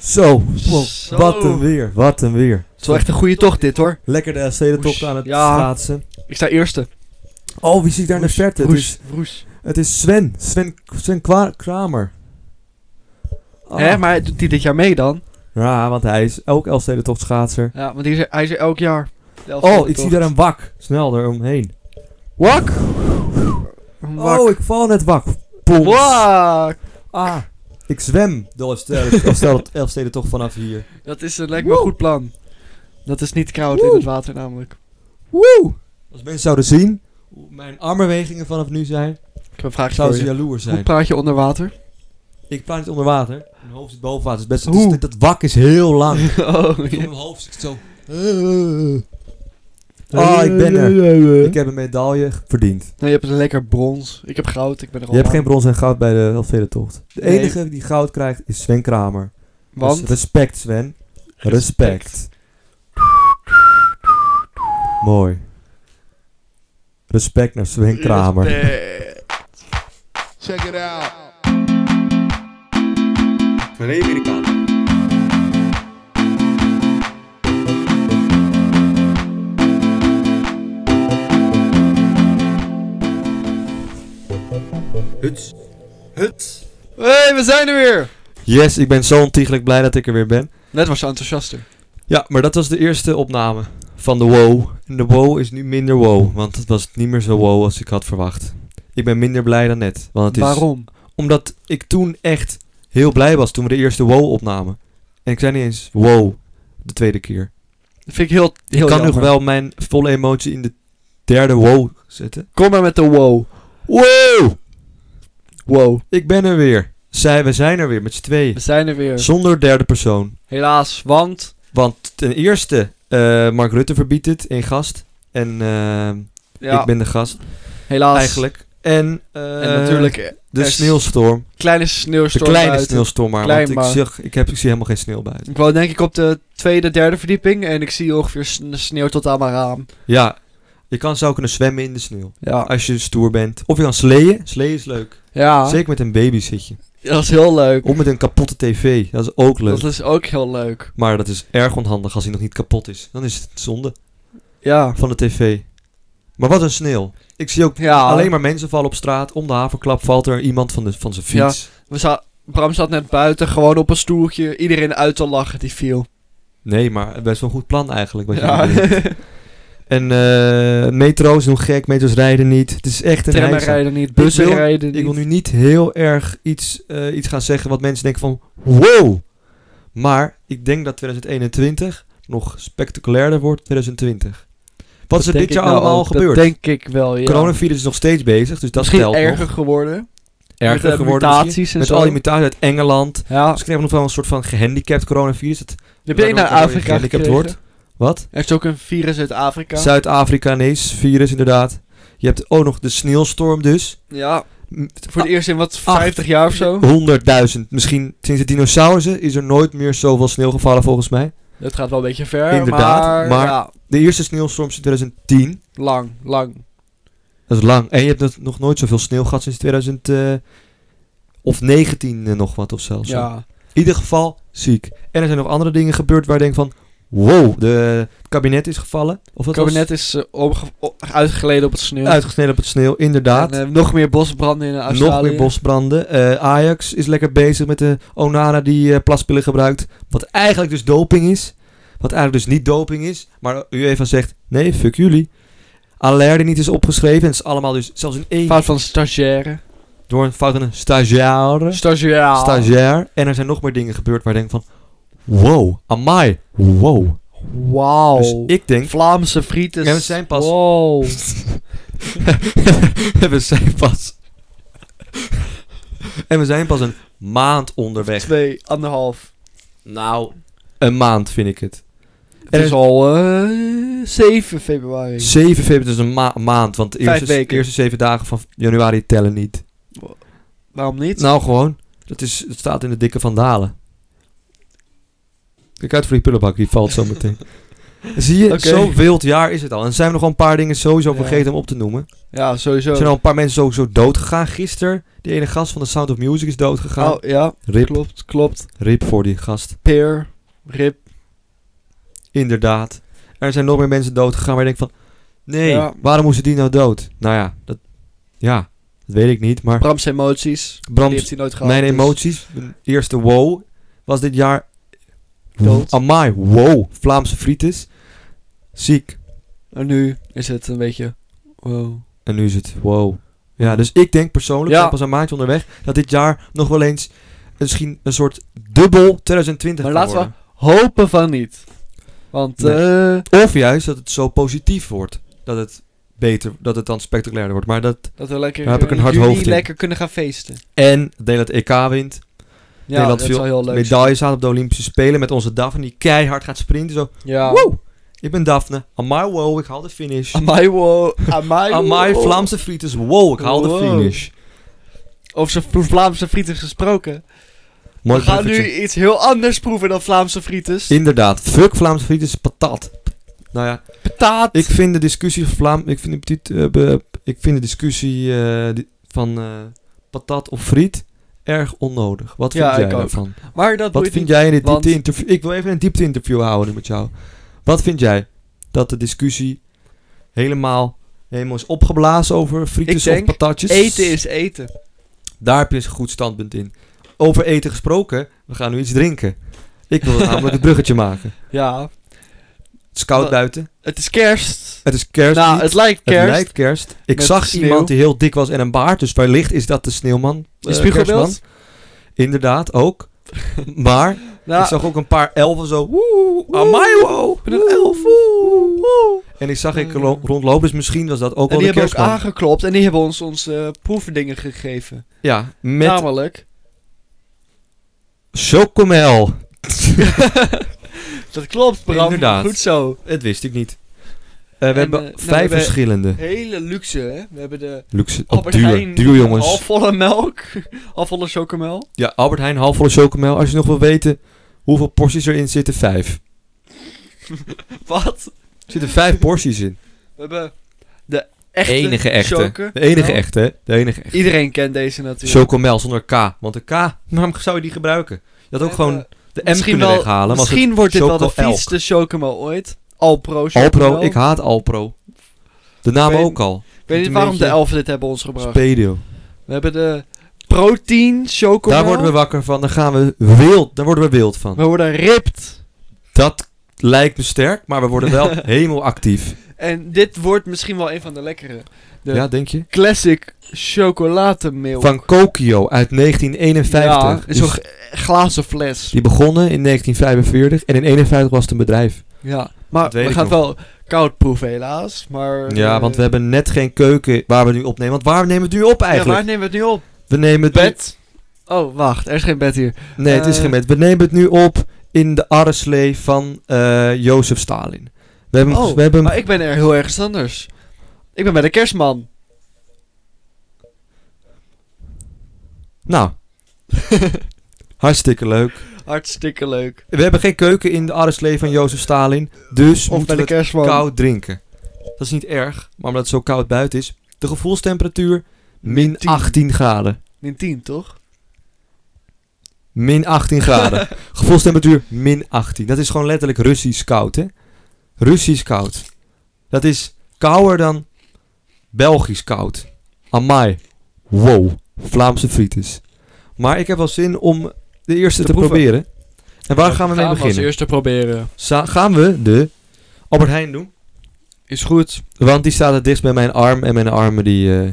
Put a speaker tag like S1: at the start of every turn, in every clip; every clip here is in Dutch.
S1: Zo, wow,
S2: Zo.
S1: wat een weer, wat een weer.
S2: Het is wel echt een goede tocht dit hoor.
S1: Lekker de stedentocht aan het
S2: Ja.
S1: schaatsen.
S2: Ik sta eerste.
S1: Oh, wie zie ik daar in de verte? dus- Het is,
S2: Roes. Roes.
S1: het is Sven, Sven, Sven Kwa- Kramer. Ah.
S2: Hè, maar doet hij dit jaar mee dan?
S1: Ja, want hij is ook al stedentocht schaatser.
S2: Ja, want hij is er, hij is er elk jaar. De elfde
S1: Oh,
S2: tocht.
S1: ik zie daar een wak. Snel eromheen.
S2: Wak! Een wak.
S1: Oh, ik val net wak. Pons.
S2: Wak!
S1: Ah, ik zwem. De Elfstede- Elfstede- Elfstedentocht vanaf hier.
S2: Dat is een lijkt me een goed plan. Dat is niet koud in
S1: Woe.
S2: het water namelijk.
S1: Woe! Als mensen zouden zien hoe mijn armbewegingen vanaf nu zijn,
S2: Ik heb een vraag
S1: zouden
S2: voor
S1: ze
S2: je.
S1: jaloers
S2: Hoe
S1: zijn.
S2: praat je onder water?
S1: Ik praat niet onder water. Mijn hoofd zit boven water. Het is best,
S2: Hoe?
S1: het is- dat wak is heel lang.
S2: oh,
S1: Op
S2: ja.
S1: mijn hoofd zit zo. Ah, ik ben er. Ik heb een medaille verdiend.
S2: Nee, je hebt een lekker brons. Ik heb goud, ik ben er al
S1: Je hebt
S2: aan.
S1: geen brons en goud bij de Elfstedentocht. De
S2: Nee.
S1: enige die goud krijgt is Sven Kramer.
S2: Want?
S1: Dus respect Sven.
S2: Respect.
S1: Respect. Mooi. Respect naar Sven Kramer.
S3: Check it out.
S1: Meneer Amerikaan. Huts. Huts.
S2: Hey, we zijn er weer!
S1: Yes, ik ben zo ontiegelijk blij dat ik er weer ben.
S2: Net was ze enthousiaster.
S1: Ja, maar dat was de eerste opname van de wow. En de wow is nu minder wow, want het was niet meer zo wow als ik had verwacht. Ik ben minder blij dan net. Want het is,
S2: Waarom?
S1: Omdat ik toen echt heel blij was toen we de eerste wow opnamen. En ik zei niet eens wow de tweede keer.
S2: Dat vind ik heel,
S1: ik
S2: heel
S1: kan
S2: jammer.
S1: nog wel mijn volle emotie in de derde wow zetten.
S2: Kom maar met de wow.
S1: Wow!
S2: Wow.
S1: Ik ben er weer. Zij, we zijn er weer met z'n tweeën.
S2: We zijn er weer.
S1: Zonder derde persoon.
S2: Helaas, want...
S1: Want ten eerste, eh, Mark Rutte verbiedt het in gast. En eh,
S2: Ja,
S1: ik ben de gast
S2: helaas.
S1: eigenlijk. En,
S2: En
S1: eh,
S2: natuurlijk eh,
S1: de
S2: er is
S1: sneeuwstorm.
S2: kleine
S1: De
S2: sneeuwstorm
S1: kleine
S2: buiten.
S1: sneeuwstorm maar.
S2: Klein
S1: want
S2: maar.
S1: Ik, zie, ik, heb, ik zie helemaal geen sneeuw buiten.
S2: Ik woon denk ik op de tweede, derde verdieping. En ik zie ongeveer sne- sneeuw tot aan mijn raam.
S1: Ja, je kan zo kunnen zwemmen in de sneeuw.
S2: Ja.
S1: Als je stoer bent. Of je kan sleeën. Sleeën is leuk.
S2: Ja.
S1: Zeker met een baby zit je.
S2: Dat is heel leuk.
S1: Of met een kapotte tv. Dat is ook leuk.
S2: Dat is ook heel leuk.
S1: Maar dat is erg onhandig als hij nog niet kapot is. Dan is het zonde
S2: Ja.
S1: van de tv. Maar wat een sneeuw. Ik zie ook
S2: Ja.
S1: alleen maar mensen vallen op straat. Om de haverklap valt er iemand van, de, van zijn fiets.
S2: We za- Bram zat net buiten, gewoon op een stoeltje. Iedereen uit te lachen, die viel.
S1: Nee, maar best wel een goed plan eigenlijk. Wat
S2: Ja.
S1: je bedoelt. en eh metro's doen gek. Metro's rijden niet. Het is echt een
S2: Trammen
S1: heisa.
S2: rijden niet, bussen
S1: wil-
S2: rijden niet.
S1: Ik wil nu niet heel erg iets, eh, iets gaan zeggen wat mensen denken van wow. Maar ik denk dat 2021 nog spectaculairder wordt 2020. Wat is er
S2: Dat
S1: dit
S2: denk
S1: jaar
S2: ik nou
S1: allemaal
S2: ook.
S1: gebeurd?
S2: Dat denk ik wel, ja.
S1: Coronavirus is nog steeds bezig, dus dat
S2: Misschien
S1: telt
S2: erger
S1: nog.
S2: geworden.
S1: Erger
S2: met de
S1: geworden misschien.
S2: mutaties en
S1: Met
S2: zo.
S1: al die mutaties uit Engeland.
S2: Ja.
S1: Dus ik heb nog wel een soort van gehandicapt coronavirus. Dat
S2: Heb je
S1: waardoor-
S2: een naar
S1: waardoor je
S2: Afrika
S1: gehandicapt
S2: gekregen?
S1: wordt. Wat?
S2: Er is ook een virus uit Afrika.
S1: Zuid-Afrika, nee, virus inderdaad. Je hebt ook nog de sneeuwstorm dus.
S2: ja.
S1: M- Ah.
S2: Voor het eerst in wat,
S1: acht.
S2: 50 jaar of zo?
S1: 100.000. Misschien sinds de dinosaurussen is er nooit meer zoveel sneeuw gevallen volgens mij.
S2: Dat gaat wel een beetje ver,
S1: Inderdaad,
S2: maar...
S1: maar-
S2: Ja,
S1: De eerste sneeuwstorm sinds 2010.
S2: lang, lang.
S1: Dat is lang. En je hebt nog- nog nooit zoveel sneeuw gehad sinds 2000... eh, of 19 eh, nog wat of zelfs.
S2: ja.
S1: In ieder geval ziek. En er zijn nog andere dingen gebeurd waar je denkt van... Wow, de, het kabinet is gevallen. Of
S2: Het
S1: dat
S2: kabinet is eh, omge- o- uitgeleden op het sneeuw.
S1: was uitgesneden op het sneeuw, inderdaad.
S2: En, eh, nog meer bosbranden in Australië.
S1: nog meer bosbranden. Eh, Ajax is lekker bezig met de Onana die eh, plaspillen gebruikt. Wat eigenlijk dus doping is. Wat eigenlijk dus niet doping is. Maar UEFA zegt, nee, fuck jullie. Allaire die niet is opgeschreven. En het is allemaal dus zelfs in één...
S2: Fout van stagiaire.
S1: Door een fout van een stagiaire.
S2: Stagiaire.
S1: Stagiair. En er zijn nog meer dingen gebeurd waar ik denk van... Wow, amai, wow.
S2: Wauw.
S1: Dus ik denk...
S2: Vlaamse frietjes.
S1: Ja, we zijn pas-
S2: Wow.
S1: we zijn pas... en we zijn pas een maand onderweg.
S2: Twee, anderhalf.
S1: Nou, een maand vind ik het.
S2: Het
S1: Er
S2: is
S1: is-
S2: al eh 7 februari.
S1: 7 februari is een ma- maand, want de
S2: Vijf
S1: eerste,
S2: weken.
S1: eerste 7 dagen van januari tellen niet.
S2: Waarom niet?
S1: Nou, gewoon. Dat, is, dat staat in de dikke vandalen. Kijk uit voor die pullenbak, die valt zo meteen. Zie je,
S2: Oké.
S1: zo'n wild jaar is het al. En zijn we nog wel een paar dingen sowieso
S2: Ja.
S1: vergeten om op te noemen.
S2: Ja, sowieso.
S1: Er zijn al een paar mensen sowieso dood gegaan. Gisteren, die ene gast van de Sound of Music is dood gegaan.
S2: Oh, ja,
S1: rip,
S2: klopt, klopt.
S1: rip voor die gast.
S2: Peer, Rip.
S1: Inderdaad. Er zijn nog meer mensen dood gegaan waar je denkt van... Nee,
S2: Ja.
S1: waarom moesten die nou dood? Nou ja, dat, ja, dat weet ik niet. Maar
S2: Bram's emoties.
S1: Bram,
S2: die heeft hij nooit gehad.
S1: mijn
S2: dus-
S1: emoties. Mijn eerste wow was dit jaar...
S2: Dood.
S1: Amai, wow. Vlaamse frietjes. Ziek.
S2: En nu is het een beetje... Wow.
S1: En nu is het wow. Ja, dus ik denk persoonlijk,
S2: Ja.
S1: ik ben pas een maandje onderweg, dat dit jaar nog wel eens misschien een soort dubbel 2020
S2: Maar
S1: kan
S2: laten we-
S1: worden.
S2: Hopen van niet. Want, eh...
S1: Of juist dat het zo positief wordt. Dat het beter, dat het dan spectaculairder wordt. Maar dat,
S2: Dat we lekker
S1: Daar heb ik een
S2: in
S1: hard
S2: juni
S1: hoofd in.
S2: lekker kunnen gaan feesten.
S1: en deel dat EK wint,
S2: Ja,
S1: Nederland
S2: dat is wel heel leuk.
S1: medailles aan op de Olympische Spelen met onze Daphne die keihard gaat sprinten. Zo,
S2: Ja.
S1: wow, ik ben Daphne. Amai, wow, ik haal de finish.
S2: Amai, wow. Amai,
S1: Amai,
S2: wow.
S1: Vlaamse frieters, wow, ik haal
S2: Wow.
S1: de finish.
S2: Of ze Vlaamse frieten gesproken.
S1: Mooi
S2: We gaan
S1: bruggetje.
S2: nu iets heel anders proeven dan Vlaamse frieters.
S1: Inderdaad, fuck Vlaamse frieters, patat. Nou ja,
S2: Pataat.
S1: Ik vind de discussie Vlaam, ik vind de, petit- eh, be- ik vind de discussie eh, di- van eh, patat of friet erg onnodig. Wat vind
S2: Ja,
S1: jij
S2: ik ook.
S1: daarvan?
S2: maar
S1: Wat
S2: dat boeit
S1: vind
S2: niet.
S1: jij in dit
S2: want-
S1: diepte interview? Ik wil even een diepte interview houden met jou. Wat vind jij dat de discussie helemaal, helemaal is opgeblazen over frietjes of
S2: denk,
S1: patatjes?
S2: Eten is eten.
S1: Daar heb je eens een goed standpunt in. Over eten gesproken, we gaan nu iets drinken. Ik wil namelijk het bruggetje maken.
S2: Ja.
S1: Het is koud
S2: Wat-
S1: buiten.
S2: Het is kerst.
S1: Het is kerst.
S2: Nou, het lijkt kerst.
S1: Het lijkt kerst. Ik
S2: Met
S1: zag
S2: sneeuw.
S1: iemand die heel dik was en een baard. Dus wellicht is dat de sneeuwman.
S2: Een
S1: eh,
S2: spiegelbeeld?
S1: kerstman. Inderdaad, ook. maar
S2: Nou,
S1: ik zag ook een paar elfen zo. Woe, amai, wow. Ik ben een elf. woe, woe. En die zag ik
S2: Eh.
S1: lo- rondlopen. Dus misschien was dat ook
S2: en
S1: wel
S2: die
S1: de
S2: hebben ook
S1: kerstman.
S2: aangeklopt en die hebben ons onze eh, proefdingen gegeven.
S1: ja, met
S2: Nou. Namelijk,
S1: chocomel.
S2: dat klopt Bram,
S1: Inderdaad.
S2: goed zo.
S1: Dat wist ik niet. Eh, we
S2: En,
S1: hebben
S2: eh, nou, we
S1: vijf
S2: hebben-
S1: verschillende.
S2: Hele luxe hè, we hebben de
S1: Luxe. Oh,
S2: Albert
S1: duur.
S2: Heijn
S1: Duur, jongens.
S2: halfvolle melk, halfvolle chocomel.
S1: Ja, Albert Heijn, halfvolle chocomel. Als je nog wil weten hoeveel porties erin zitten, vijf.
S2: Wat?
S1: Er zitten vijf porties in.
S2: We hebben de echte
S1: enige echte.
S2: choker.
S1: De enige
S2: Nou,
S1: echte, hè? De enige echte.
S2: Iedereen kent deze natuurlijk.
S1: Chocomel zonder K. Want de K, waarom zou je die gebruiken? Je had ook
S2: We
S1: gewoon
S2: hebben-
S1: de M
S2: misschien
S1: kunnen
S2: wel-
S1: weghalen. Maar
S2: Misschien wordt dit wel de
S1: Choco-elk.
S2: vieste chocomel ooit. Alpro
S1: het-
S2: chocomel.
S1: Alpro, ik haat Alpro. De naam
S2: Ik weet-
S1: ook al.
S2: Ik weet niet
S1: Een
S2: waarom
S1: beetje
S2: de elfen dit hebben ons gebracht.
S1: Spedio.
S2: we hebben de protein chocomel.
S1: Daar worden we wakker van. Daar gaan we wild. Daar worden we wild van.
S2: We worden ripped.
S1: Dat lijkt me sterk, maar we worden wel helemaal actief.
S2: En dit wordt misschien wel een van de lekkere. De
S1: Ja, denk je?
S2: classic chocolatemeel.
S1: Van Kokio uit 1951.
S2: Ja, in
S1: Dus
S2: zo'n g- glazen fles.
S1: die begonnen in 1945 en in 51 was het een bedrijf.
S2: Ja, maar
S1: Dat weet
S2: we
S1: ik
S2: gaan het
S1: nog.
S2: wel koud proeven helaas. Maar,
S1: Ja,
S2: eh,
S1: want we hebben net geen keuken waar we nu opnemen. Want waar nemen we het nu op
S2: Ja,
S1: eigenlijk?
S2: waar nemen we het nu op?
S1: we nemen het nu-
S2: Bed? Oh, wacht. Er is geen bed hier.
S1: Nee, het is
S2: Eh.
S1: geen bed. We nemen het nu op in de arreslee van eh Jozef Stalin. We hebben, hem
S2: Oh,
S1: ges- we hebben hem-
S2: Maar ik ben er heel ergens anders. Ik ben bij de kerstman.
S1: Nou, hartstikke leuk.
S2: Hartstikke leuk.
S1: We hebben geen keuken in de arreslee van Jozef Stalin. Dus
S2: Of bij
S1: moeten
S2: de
S1: we het
S2: kerstman.
S1: koud drinken. Dat is niet erg, maar omdat het zo koud buiten is. De gevoelstemperatuur, min
S2: 10.
S1: 18 graden.
S2: Min 10, toch?
S1: Min 18 graden. Gevoelstemperatuur, min 18. Dat is gewoon letterlijk Russisch koud, hè? Russisch koud. Dat is kouder dan Belgisch koud. Amai. Wow. Vlaamse frietjes. Maar ik heb wel zin om de eerste
S2: Te
S1: te,
S2: proeven.
S1: proberen. En waar gaan we mee
S2: als
S1: beginnen?
S2: eerste proberen.
S1: Sa- gaan we de Albert Heijn doen?
S2: Is goed.
S1: Want die staat het dichtst bij mijn arm. En mijn armen die, eh,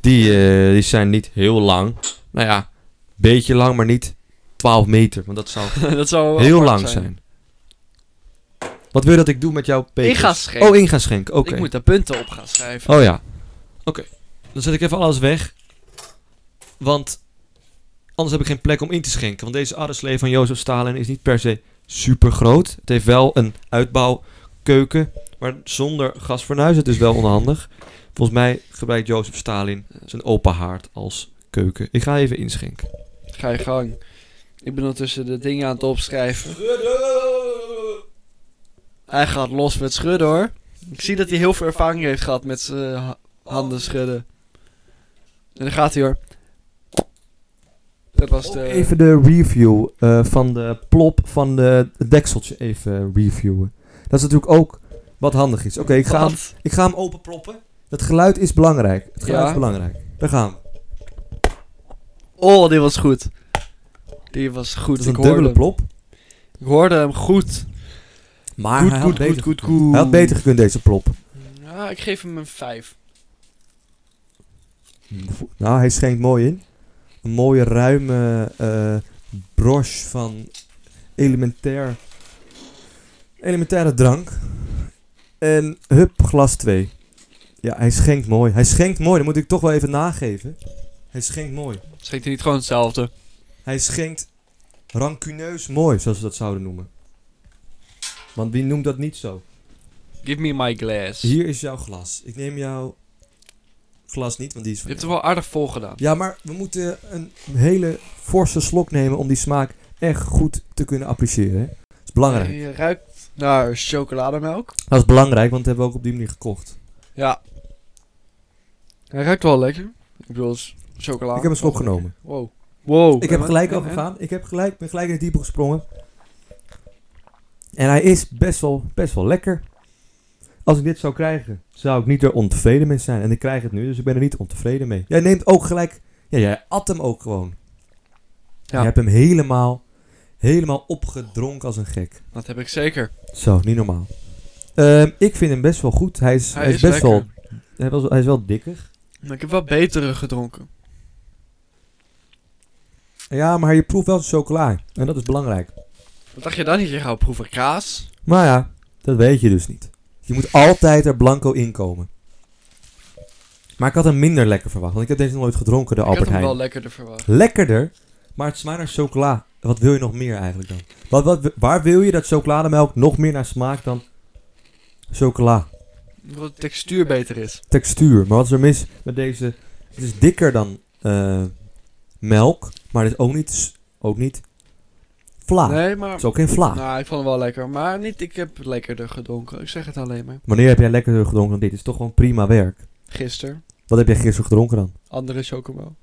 S1: die, eh, die zijn niet heel lang. Nou ja, beetje lang, maar niet 12 meter. Want dat zou
S2: dat zou wel
S1: heel
S2: apart
S1: lang zijn. Wat wil je dat ik doe met jouw pekers?
S2: Ik ga schenken.
S1: Oh, in gaan schenken. Oké.
S2: Ik moet daar punten op gaan schrijven.
S1: Oh ja. Oké. Dan zet ik even alles weg. Want anders heb ik geen plek om in te schenken. Want deze arreslee van Jozef Stalin is niet per se super groot. Het heeft wel een uitbouwkeuken. Maar zonder gasfornuis. Het is wel onhandig. Volgens mij gebruikt Jozef Stalin zijn open haard als keuken. Ik ga even inschenken.
S2: Ga je gang. Ik ben ondertussen de dingen aan het opschrijven. Hij gaat los met schudden hoor. Ik zie dat hij heel veel ervaring heeft gehad met zijn ha- handen schudden. En dan gaat hij hoor. Dat was
S1: Ook
S2: de...
S1: Oh, Even de review eh, van de plop van de het dekseltje even reviewen. Dat is natuurlijk ook wat handig is. Oké, ik, ga hem,
S2: Wat?
S1: ik ga hem openploppen. Dat geluid is belangrijk. Het geluid
S2: Ja.
S1: is belangrijk. Daar gaan we.
S2: Oh, dit was goed. Die was goed.
S1: Dat is
S2: ik,
S1: een
S2: hoorde
S1: dubbele
S2: hem.
S1: plop.
S2: ik hoorde hem goed.
S1: Maar
S2: goed,
S1: hij,
S2: goed,
S1: had beter,
S2: goed, goed, goed.
S1: hij had beter gekund deze plop.
S2: Ja, ik geef hem een 5. Hmm.
S1: Nou, hij schenkt mooi in. Een mooie ruime eh broche van elementair, elementaire drank. En hup, glas 2. Ja, hij schenkt mooi. Hij schenkt mooi, dat moet ik toch wel even nageven. Hij schenkt mooi.
S2: Schenkt hij niet gewoon hetzelfde?
S1: Hij schenkt rancuneus mooi, zoals we dat zouden noemen. Want wie noemt dat niet zo?
S2: Give me my glass.
S1: Hier is jouw glas. Ik neem jouw glas niet, want die is
S2: Je
S1: van
S2: hebt
S1: jou.
S2: er wel aardig vol gedaan.
S1: Ja, maar we moeten een hele forse slok nemen om die smaak echt goed te kunnen appreciëren. hè. Dat is belangrijk.
S2: Je eh, ruikt naar chocolademelk.
S1: Dat is belangrijk, want dat hebben we ook op die manier gekocht.
S2: Ja. Hij ruikt wel lekker. Ik bedoel, het is chocola.
S1: Ik heb een slok genomen.
S2: Wow. Wow.
S1: Ik heb
S2: En-
S1: gelijk
S2: en-
S1: overgegaan. Ik heb gelijk, ben gelijk in het diepe gesprongen. En hij is best wel, best wel lekker. Als ik dit zou krijgen, zou ik niet er ontevreden mee zijn. En ik krijg het nu, dus ik ben er niet ontevreden mee. Jij neemt ook gelijk... Ja, jij at hem ook gewoon.
S2: Ja.
S1: Je hebt hem helemaal, helemaal opgedronken als een gek.
S2: en- Dat heb ik zeker.
S1: Zo, niet normaal. Ehm, ik vind hem best wel goed. Hij is,
S2: Hij
S1: hij is,
S2: is
S1: best wel,
S2: lekker.
S1: hij was- hij is wel dikker.
S2: Maar ik heb wel betere gedronken.
S1: Ja, maar je proeft wel de chocola. En dat is belangrijk.
S2: Wat dacht je dan dat je gaat proeven? Kaas?
S1: Maar ja, dat weet je dus niet. Je moet altijd er blanco in komen. Maar ik had hem minder lekker verwacht. Want ik heb deze nog nooit gedronken, de
S2: ik had
S1: Albert
S2: hem
S1: Heijn.
S2: wel lekkerder verwacht.
S1: Lekkerder, maar het smaakt naar chocola. Wat wil je nog meer eigenlijk dan? Wat, wat, waar wil je dat chocolademelk nog meer naar smaakt dan chocola?
S2: Omdat de textuur beter is.
S1: textuur. Maar wat is er mis met deze? Het is dikker dan eh, melk, maar het is ook niet, s- ook niet vla.
S2: Nee,
S1: Het
S2: maar...
S1: is ook geen vla.
S2: Nou, ik vond hem wel lekker. Maar niet, ik heb lekkerder gedronken. Ik zeg het alleen maar.
S1: Wanneer heb jij lekkerder gedronken dan dit? Het is toch gewoon prima werk.
S2: Gisteren.
S1: Wat heb jij gisteren gedronken dan?
S2: Andere chocomel.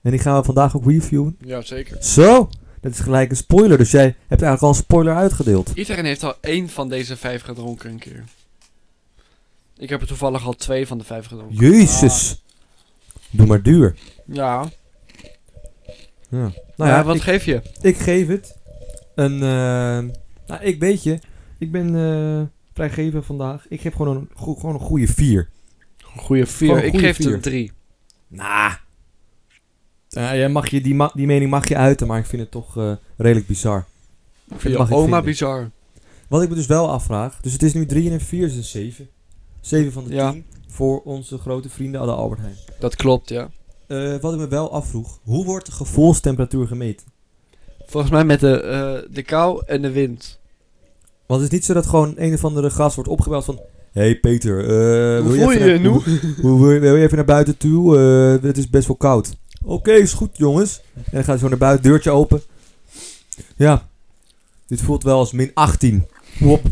S1: En die gaan we vandaag ook reviewen.
S2: Ja, zeker.
S1: Zo, dat is gelijk een spoiler. Dus jij hebt eigenlijk al een spoiler uitgedeeld.
S2: Iedereen heeft al één van deze vijf gedronken een keer. Ik heb er toevallig al twee van de vijf gedronken.
S1: Jezus. Doe maar duur.
S2: Ja.
S1: Ja. Nou
S2: Nou
S1: ja,
S2: wat
S1: ik,
S2: geef je?
S1: ik geef het een... eh, nou, ik weet je. Ik ben eh vrijgever vandaag. Ik geef gewoon een, go- gewoon een goede vier. Gewoon
S2: Goeie vier.
S1: een
S2: Ik
S1: goeie
S2: geef het
S1: vier.
S2: een drie.
S1: Nou. jij mag je, die, ma- die mening mag je uiten, maar ik vind het toch eh, redelijk bizar.
S2: Ik
S1: vind je
S2: vind je oma
S1: vinden.
S2: bizar.
S1: Wat ik me dus wel afvraag. Dus het is nu 3 en een 4 is een 7. 7 van de 10
S2: Ja.
S1: voor onze grote vrienden aan de Albert Heijn.
S2: Dat klopt, ja.
S1: Eh, wat ik me wel afvroeg. Hoe wordt de gevoelstemperatuur gemeten?
S2: Volgens mij met de, eh, de kou en de wind.
S1: Want het is niet zo dat gewoon een of andere gast wordt opgebeld van... hey Peter, eh, wil
S2: voel je
S1: even
S2: je
S1: naar- hoe- hoe- wil je even naar buiten toe? Eh, het is best wel koud. Oké, is goed jongens. En dan gaat hij zo naar buiten, deurtje open. Ja, dit voelt wel als min 18. Wop.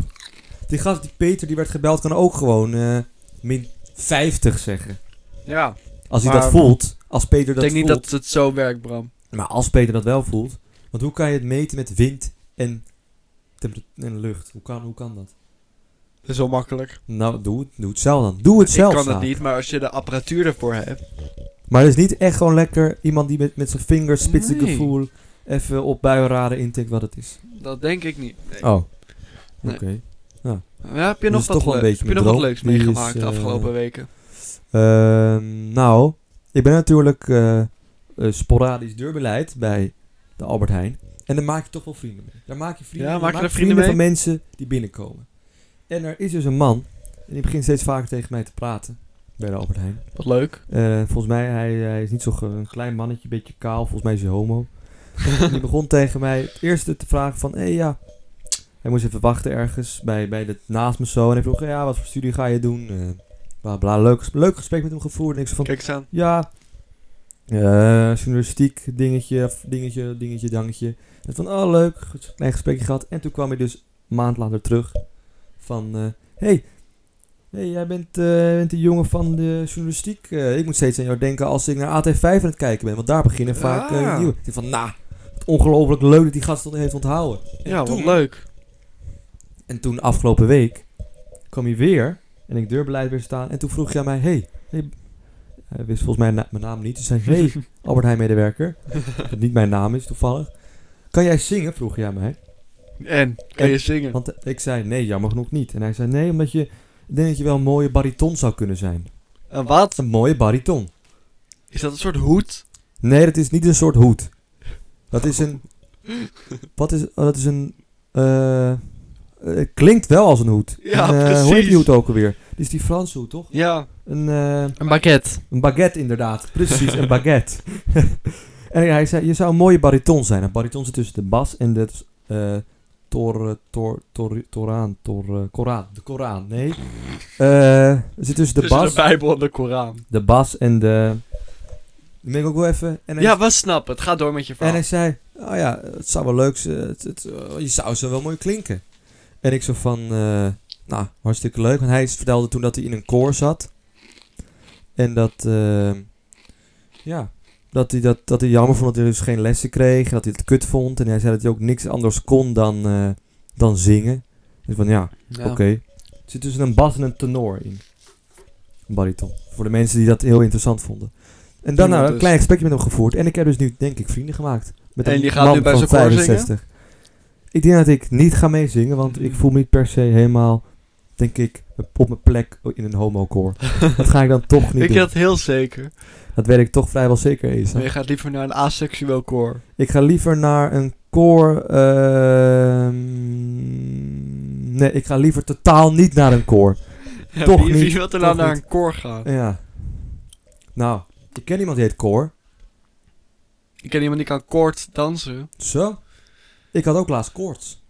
S1: Die gast, die Peter, die werd gebeld, kan ook gewoon eh, min 50 zeggen.
S2: Ja.
S1: Als hij
S2: Maar-
S1: dat voelt, als Peter
S2: Ik
S1: dat
S2: denk niet
S1: voelt.
S2: dat het zo werkt, Bram.
S1: Maar als Peter dat wel voelt. Want hoe kan je het meten met wind en, temper- en lucht? Hoe kan, hoe kan dat?
S2: Dat is wel makkelijk.
S1: Nou, doe het, doe het zelf dan. Doe het zelf
S2: Ik kan
S1: Saap.
S2: het niet, maar als je de apparatuur ervoor hebt.
S1: Maar het is niet echt gewoon lekker iemand die met, met zijn vingers spitste
S2: Nee.
S1: gevoel even op buienraden intikt wat het is.
S2: Dat denk ik niet. Nee.
S1: Oh. Oké.
S2: Nee. Ja, heb je
S1: Dat
S2: nog,
S1: is
S2: wat,
S1: toch wel een
S2: leuks-
S1: beetje
S2: heb
S1: mijn
S2: je nog wat
S1: droom.
S2: leuks
S1: Die is,
S2: meegemaakt de
S1: eh,
S2: afgelopen weken?
S1: Ehm, nou, ik ben natuurlijk eh, eh, sporadisch deurbeleid bij de Albert Heijn. En daar maak je toch wel vrienden mee. Daar maak je vrienden,
S2: Ja,
S1: je
S2: maak je
S1: maakt
S2: daar vrienden
S1: van mensen die binnenkomen. En er is dus een man, en die begint steeds vaker tegen mij te praten bij de Albert Heijn.
S2: Wat leuk.
S1: Eh, volgens mij, hij, hij is niet zo'n ge- een klein mannetje, een beetje kaal. Volgens mij is hij homo. En die begon tegen mij het eerste te vragen van... Hé, ja... Hij moest even wachten ergens bij, bij de, naast me zo. En hij vroeg, ja, wat voor studie ga je doen? Eh bla, bla. Leuk, ges- leuk gesprek met hem gevoerd. En ik zei van,
S2: Kijk eens aan.
S1: ja... eh, journalistiek dingetje, of dingetje, dingetje, dangetje. En van, oh, leuk. Een klein gesprekje gehad. En toen kwam hij dus een maand later terug. Van, eh, hey, hey, jij bent, eh, bent de jongen van de journalistiek. Eh, ik moet steeds aan jou denken als ik naar AT5 aan het kijken ben. Want daar beginnen vaak eh,
S2: Ah.
S1: nieuwe. Ik denk van, nou, wat ongelooflijk leuk dat die gast dat heeft onthouden. En
S2: Ja,
S1: toen-
S2: wat leuk.
S1: En toen afgelopen week kwam hij weer en ik deurbeleid weer staan. En toen vroeg hij aan mij, hey, hey. hij wist volgens mij na- mijn naam niet. Toen zei hij, hey, Albert Heijn medewerker, dat niet mijn naam is toevallig. Kan jij zingen, vroeg hij aan mij.
S2: En, kan je zingen?
S1: Want eh, ik zei, nee, jammer genoeg niet. En hij zei, nee, omdat je, ik denk dat je wel een mooie bariton zou kunnen zijn.
S2: En wat?
S1: Een mooie bariton.
S2: Is dat een soort hoed?
S1: Nee, dat is niet een soort hoed. Dat is een, wat is, oh, dat is een, eh, eh, het klinkt wel als een hoed.
S2: Ja,
S1: een, eh, Hoe heet
S2: precies.
S1: die hoed ook alweer? Dit is die Franse hoed, toch?
S2: Ja.
S1: Een, eh,
S2: Een baguette.
S1: een baguette inderdaad. Precies, een baguette. en hij zei, je zou een mooie bariton zijn. Een bariton zit tussen de bas en de eh tor, tor, tor, toraan, tor, eh, koraan. De koraan, nee. Eh, er zit tussen de
S2: Tussen
S1: bas,
S2: de Bijbel en de Koran.
S1: de bas en de... Die ben ik ook wel even... En hij,
S2: Ja, we snappen. Het gaat door met je
S1: en hij
S2: verhaal.
S1: zei, oh ja, het zou wel leuk zijn. Het, het, eh, je zou zo wel mooi klinken. En ik zo van, eh, nou, hartstikke leuk. Want hij vertelde toen dat hij in een koor zat. En dat, eh, ja, dat hij, dat, dat hij jammer vond dat hij dus geen lessen kreeg. En dat hij het kut vond. En hij zei dat hij ook niks anders kon dan, eh, dan zingen. Dus van, ja,
S2: Ja.
S1: Oké. Er zit tussen een bas en een tenor in. Een bariton. Voor de mensen die dat heel interessant vonden. En daarna
S2: Iemand
S1: een
S2: dus.
S1: klein gesprekje met hem gevoerd. En ik heb dus nu, denk ik, vrienden gemaakt. Met
S2: En
S1: een
S2: die gaat
S1: man
S2: nu bij
S1: van
S2: zijn koor zingen?
S1: 65. Ik denk dat ik niet ga meezingen, want ik voel me niet per se helemaal, denk ik, op mijn plek in een homokoor. dat ga ik dan toch niet
S2: Weet je
S1: doen.
S2: dat heel zeker?
S1: Dat weet ik toch vrijwel zeker, Esa.
S2: Maar je gaat liever naar een aseksueel koor.
S1: Ik ga liever naar een koor. ehm, nee, ik ga liever totaal niet naar een koor.
S2: Ja,
S1: Toch
S2: wie,
S1: niet,
S2: Wie wil er nou
S1: toch
S2: naar
S1: niet.
S2: een koor gaan?
S1: Ja. Nou, ik ken iemand die heet Cor.
S2: Ik ken iemand die kan koord dansen.
S1: Zo. Ik had ook laatst koorts.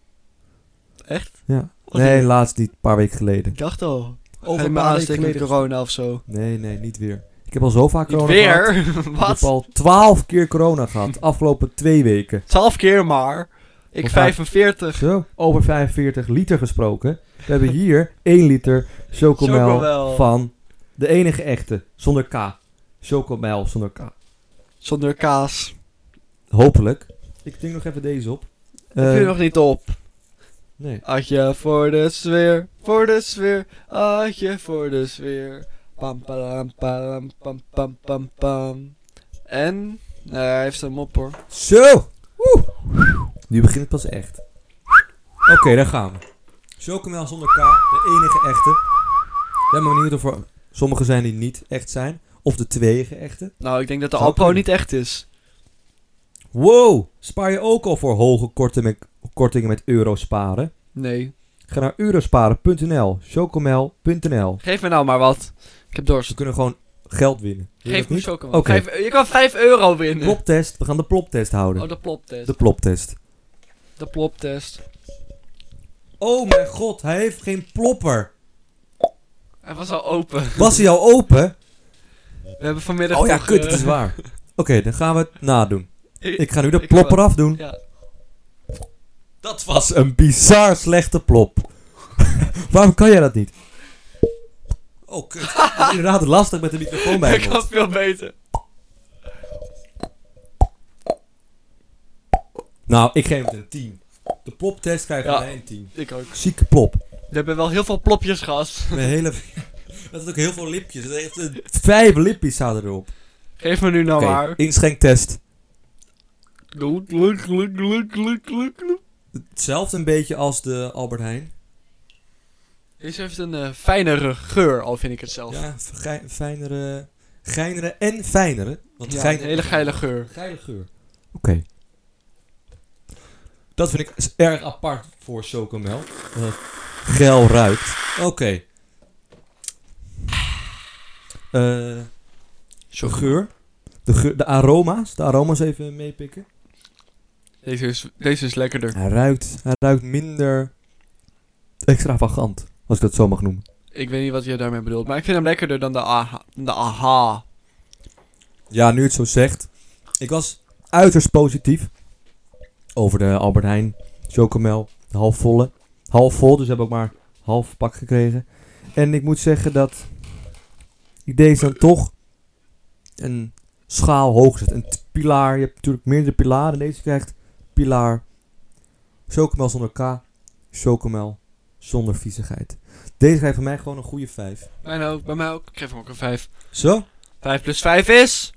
S2: Echt?
S1: Ja.
S2: Wat
S1: Nee,
S2: een-
S1: laatst niet. Een paar weken geleden.
S2: Ik dacht al.
S1: Over een
S2: Over een
S1: paar weken
S2: aansteken met
S1: geleden.
S2: corona of zo.
S1: Nee, nee, niet weer. Ik heb al zo vaak
S2: Niet
S1: corona gehad.
S2: weer?
S1: Ik heb
S2: Wat?
S1: al twaalf keer corona gehad. afgelopen twee weken.
S2: Twaalf keer maar. Ik
S1: Of haar-
S2: 45.
S1: Zo. Over 45 liter gesproken. We hebben hier 1 liter chocomel,
S2: Chocomel.
S1: van de enige echte. Zonder K. Chocomel zonder K.
S2: Zonder kaas.
S1: Hopelijk. Ik ding nog even deze op.
S2: Heb je
S1: Eh,
S2: er nog niet op?
S1: Nee.
S2: Adje voor de sfeer, voor de sfeer, adje voor de sfeer. Pam, pam, pam, pam, pam, pam, pam. En? Nou, hij heeft hem op hoor.
S1: Zo! Woe. Nu begint het pas echt. Oké, daar gaan we. Chocomel zonder K, de enige echte. Ik ben maar benieuwd of er sommige zijn die niet echt zijn. Of de tweeëge echte.
S2: Nou, ik denk dat de
S1: Zou
S2: alcohol
S1: kunnen.
S2: niet echt is.
S1: Wow! Spaar je ook al voor hoge kortingen met, kortingen met eurosparen?
S2: Nee.
S1: Ga naar eurosparen.nl, chocomel.nl.
S2: Geef me nou maar wat. Ik heb
S1: Ze
S2: dorst.
S1: kunnen gewoon geld winnen. Wil je
S2: Geef
S1: dat
S2: me
S1: niet?
S2: chocomel.
S1: Oké.
S2: Vijf- e- Je kan 5 euro winnen.
S1: Ploptest, we gaan de ploptest
S2: Oh,
S1: houden.
S2: de ploptest.
S1: De
S2: De,
S1: ploptest.
S2: ploptest.
S1: Oh mijn god, hij heeft geen plopper.
S2: Hij was al open.
S1: Was hij al open?
S2: We hebben vanmiddag
S1: Oh ja,
S2: nog,
S1: kut,
S2: eh,
S1: het is waar. Oké, dan gaan we het nadoen. Ik ga nu de
S2: Ik
S1: plop
S2: wel.
S1: eraf doen.
S2: Ja.
S1: Dat was een bizar slechte plop. Waarom kan jij dat niet? Oh, kut. Het is inderdaad lastig met de microfoon bij
S2: Ik
S1: je
S2: kan
S1: mond.
S2: veel beter.
S1: Nou, ik geef het een 10. De ploptest krijgt
S2: Ja.
S1: van mij een 10.
S2: Ik ook.
S1: Zieke plop.
S2: We hebben wel heel veel plopjes gehad.
S1: Met hele... Dat had ook heel veel lipjes. Dat heeft, eh, vijf lipjes zaten erop.
S2: Geef me nu nou
S1: Oké,
S2: maar.
S1: inschenktest.
S2: Gluk, gluk, gluk, gluk, gluk, gluk, gluk.
S1: Hetzelfde een beetje als de Albert Heijn.
S2: Deze heeft een eh, fijnere geur, al vind ik het zelf.
S1: Ja, gij- fijnere... Geinere en fijnere. Want
S2: Ja, een
S1: gein-
S2: hele geile geur.
S1: Geile geur. Oké. Dat vind ik s- erg apart voor chocomel. Dat het geil Eh, ruikt. Oké. Eh, de geur. De, geur, de aroma's. De aroma's even meepikken.
S2: Deze is, deze is lekkerder.
S1: Hij ruikt, hij ruikt minder extravagant. Als ik dat zo mag noemen.
S2: Ik weet niet wat je daarmee bedoelt, maar ik vind hem lekkerder dan de aha. De aha.
S1: Ja, nu het zo zegt. Ik was uiterst positief over de Albert Heijn, Chocomel, de halfvolle. Halfvol, dus we hebben ook maar half pak gekregen. En ik moet zeggen dat ik deze dan toch een schaal hoog zet. Een t- pilaar. Je hebt natuurlijk meerdere pilaren. Deze krijgt pilaar chocomel zonder K. Chocomel zonder viezigheid. Deze krijgt van mij gewoon een goede 5.
S2: Mijn ook, bij mij ook. Ik geef hem ook een 5.
S1: Zo.
S2: 5 plus 5 is...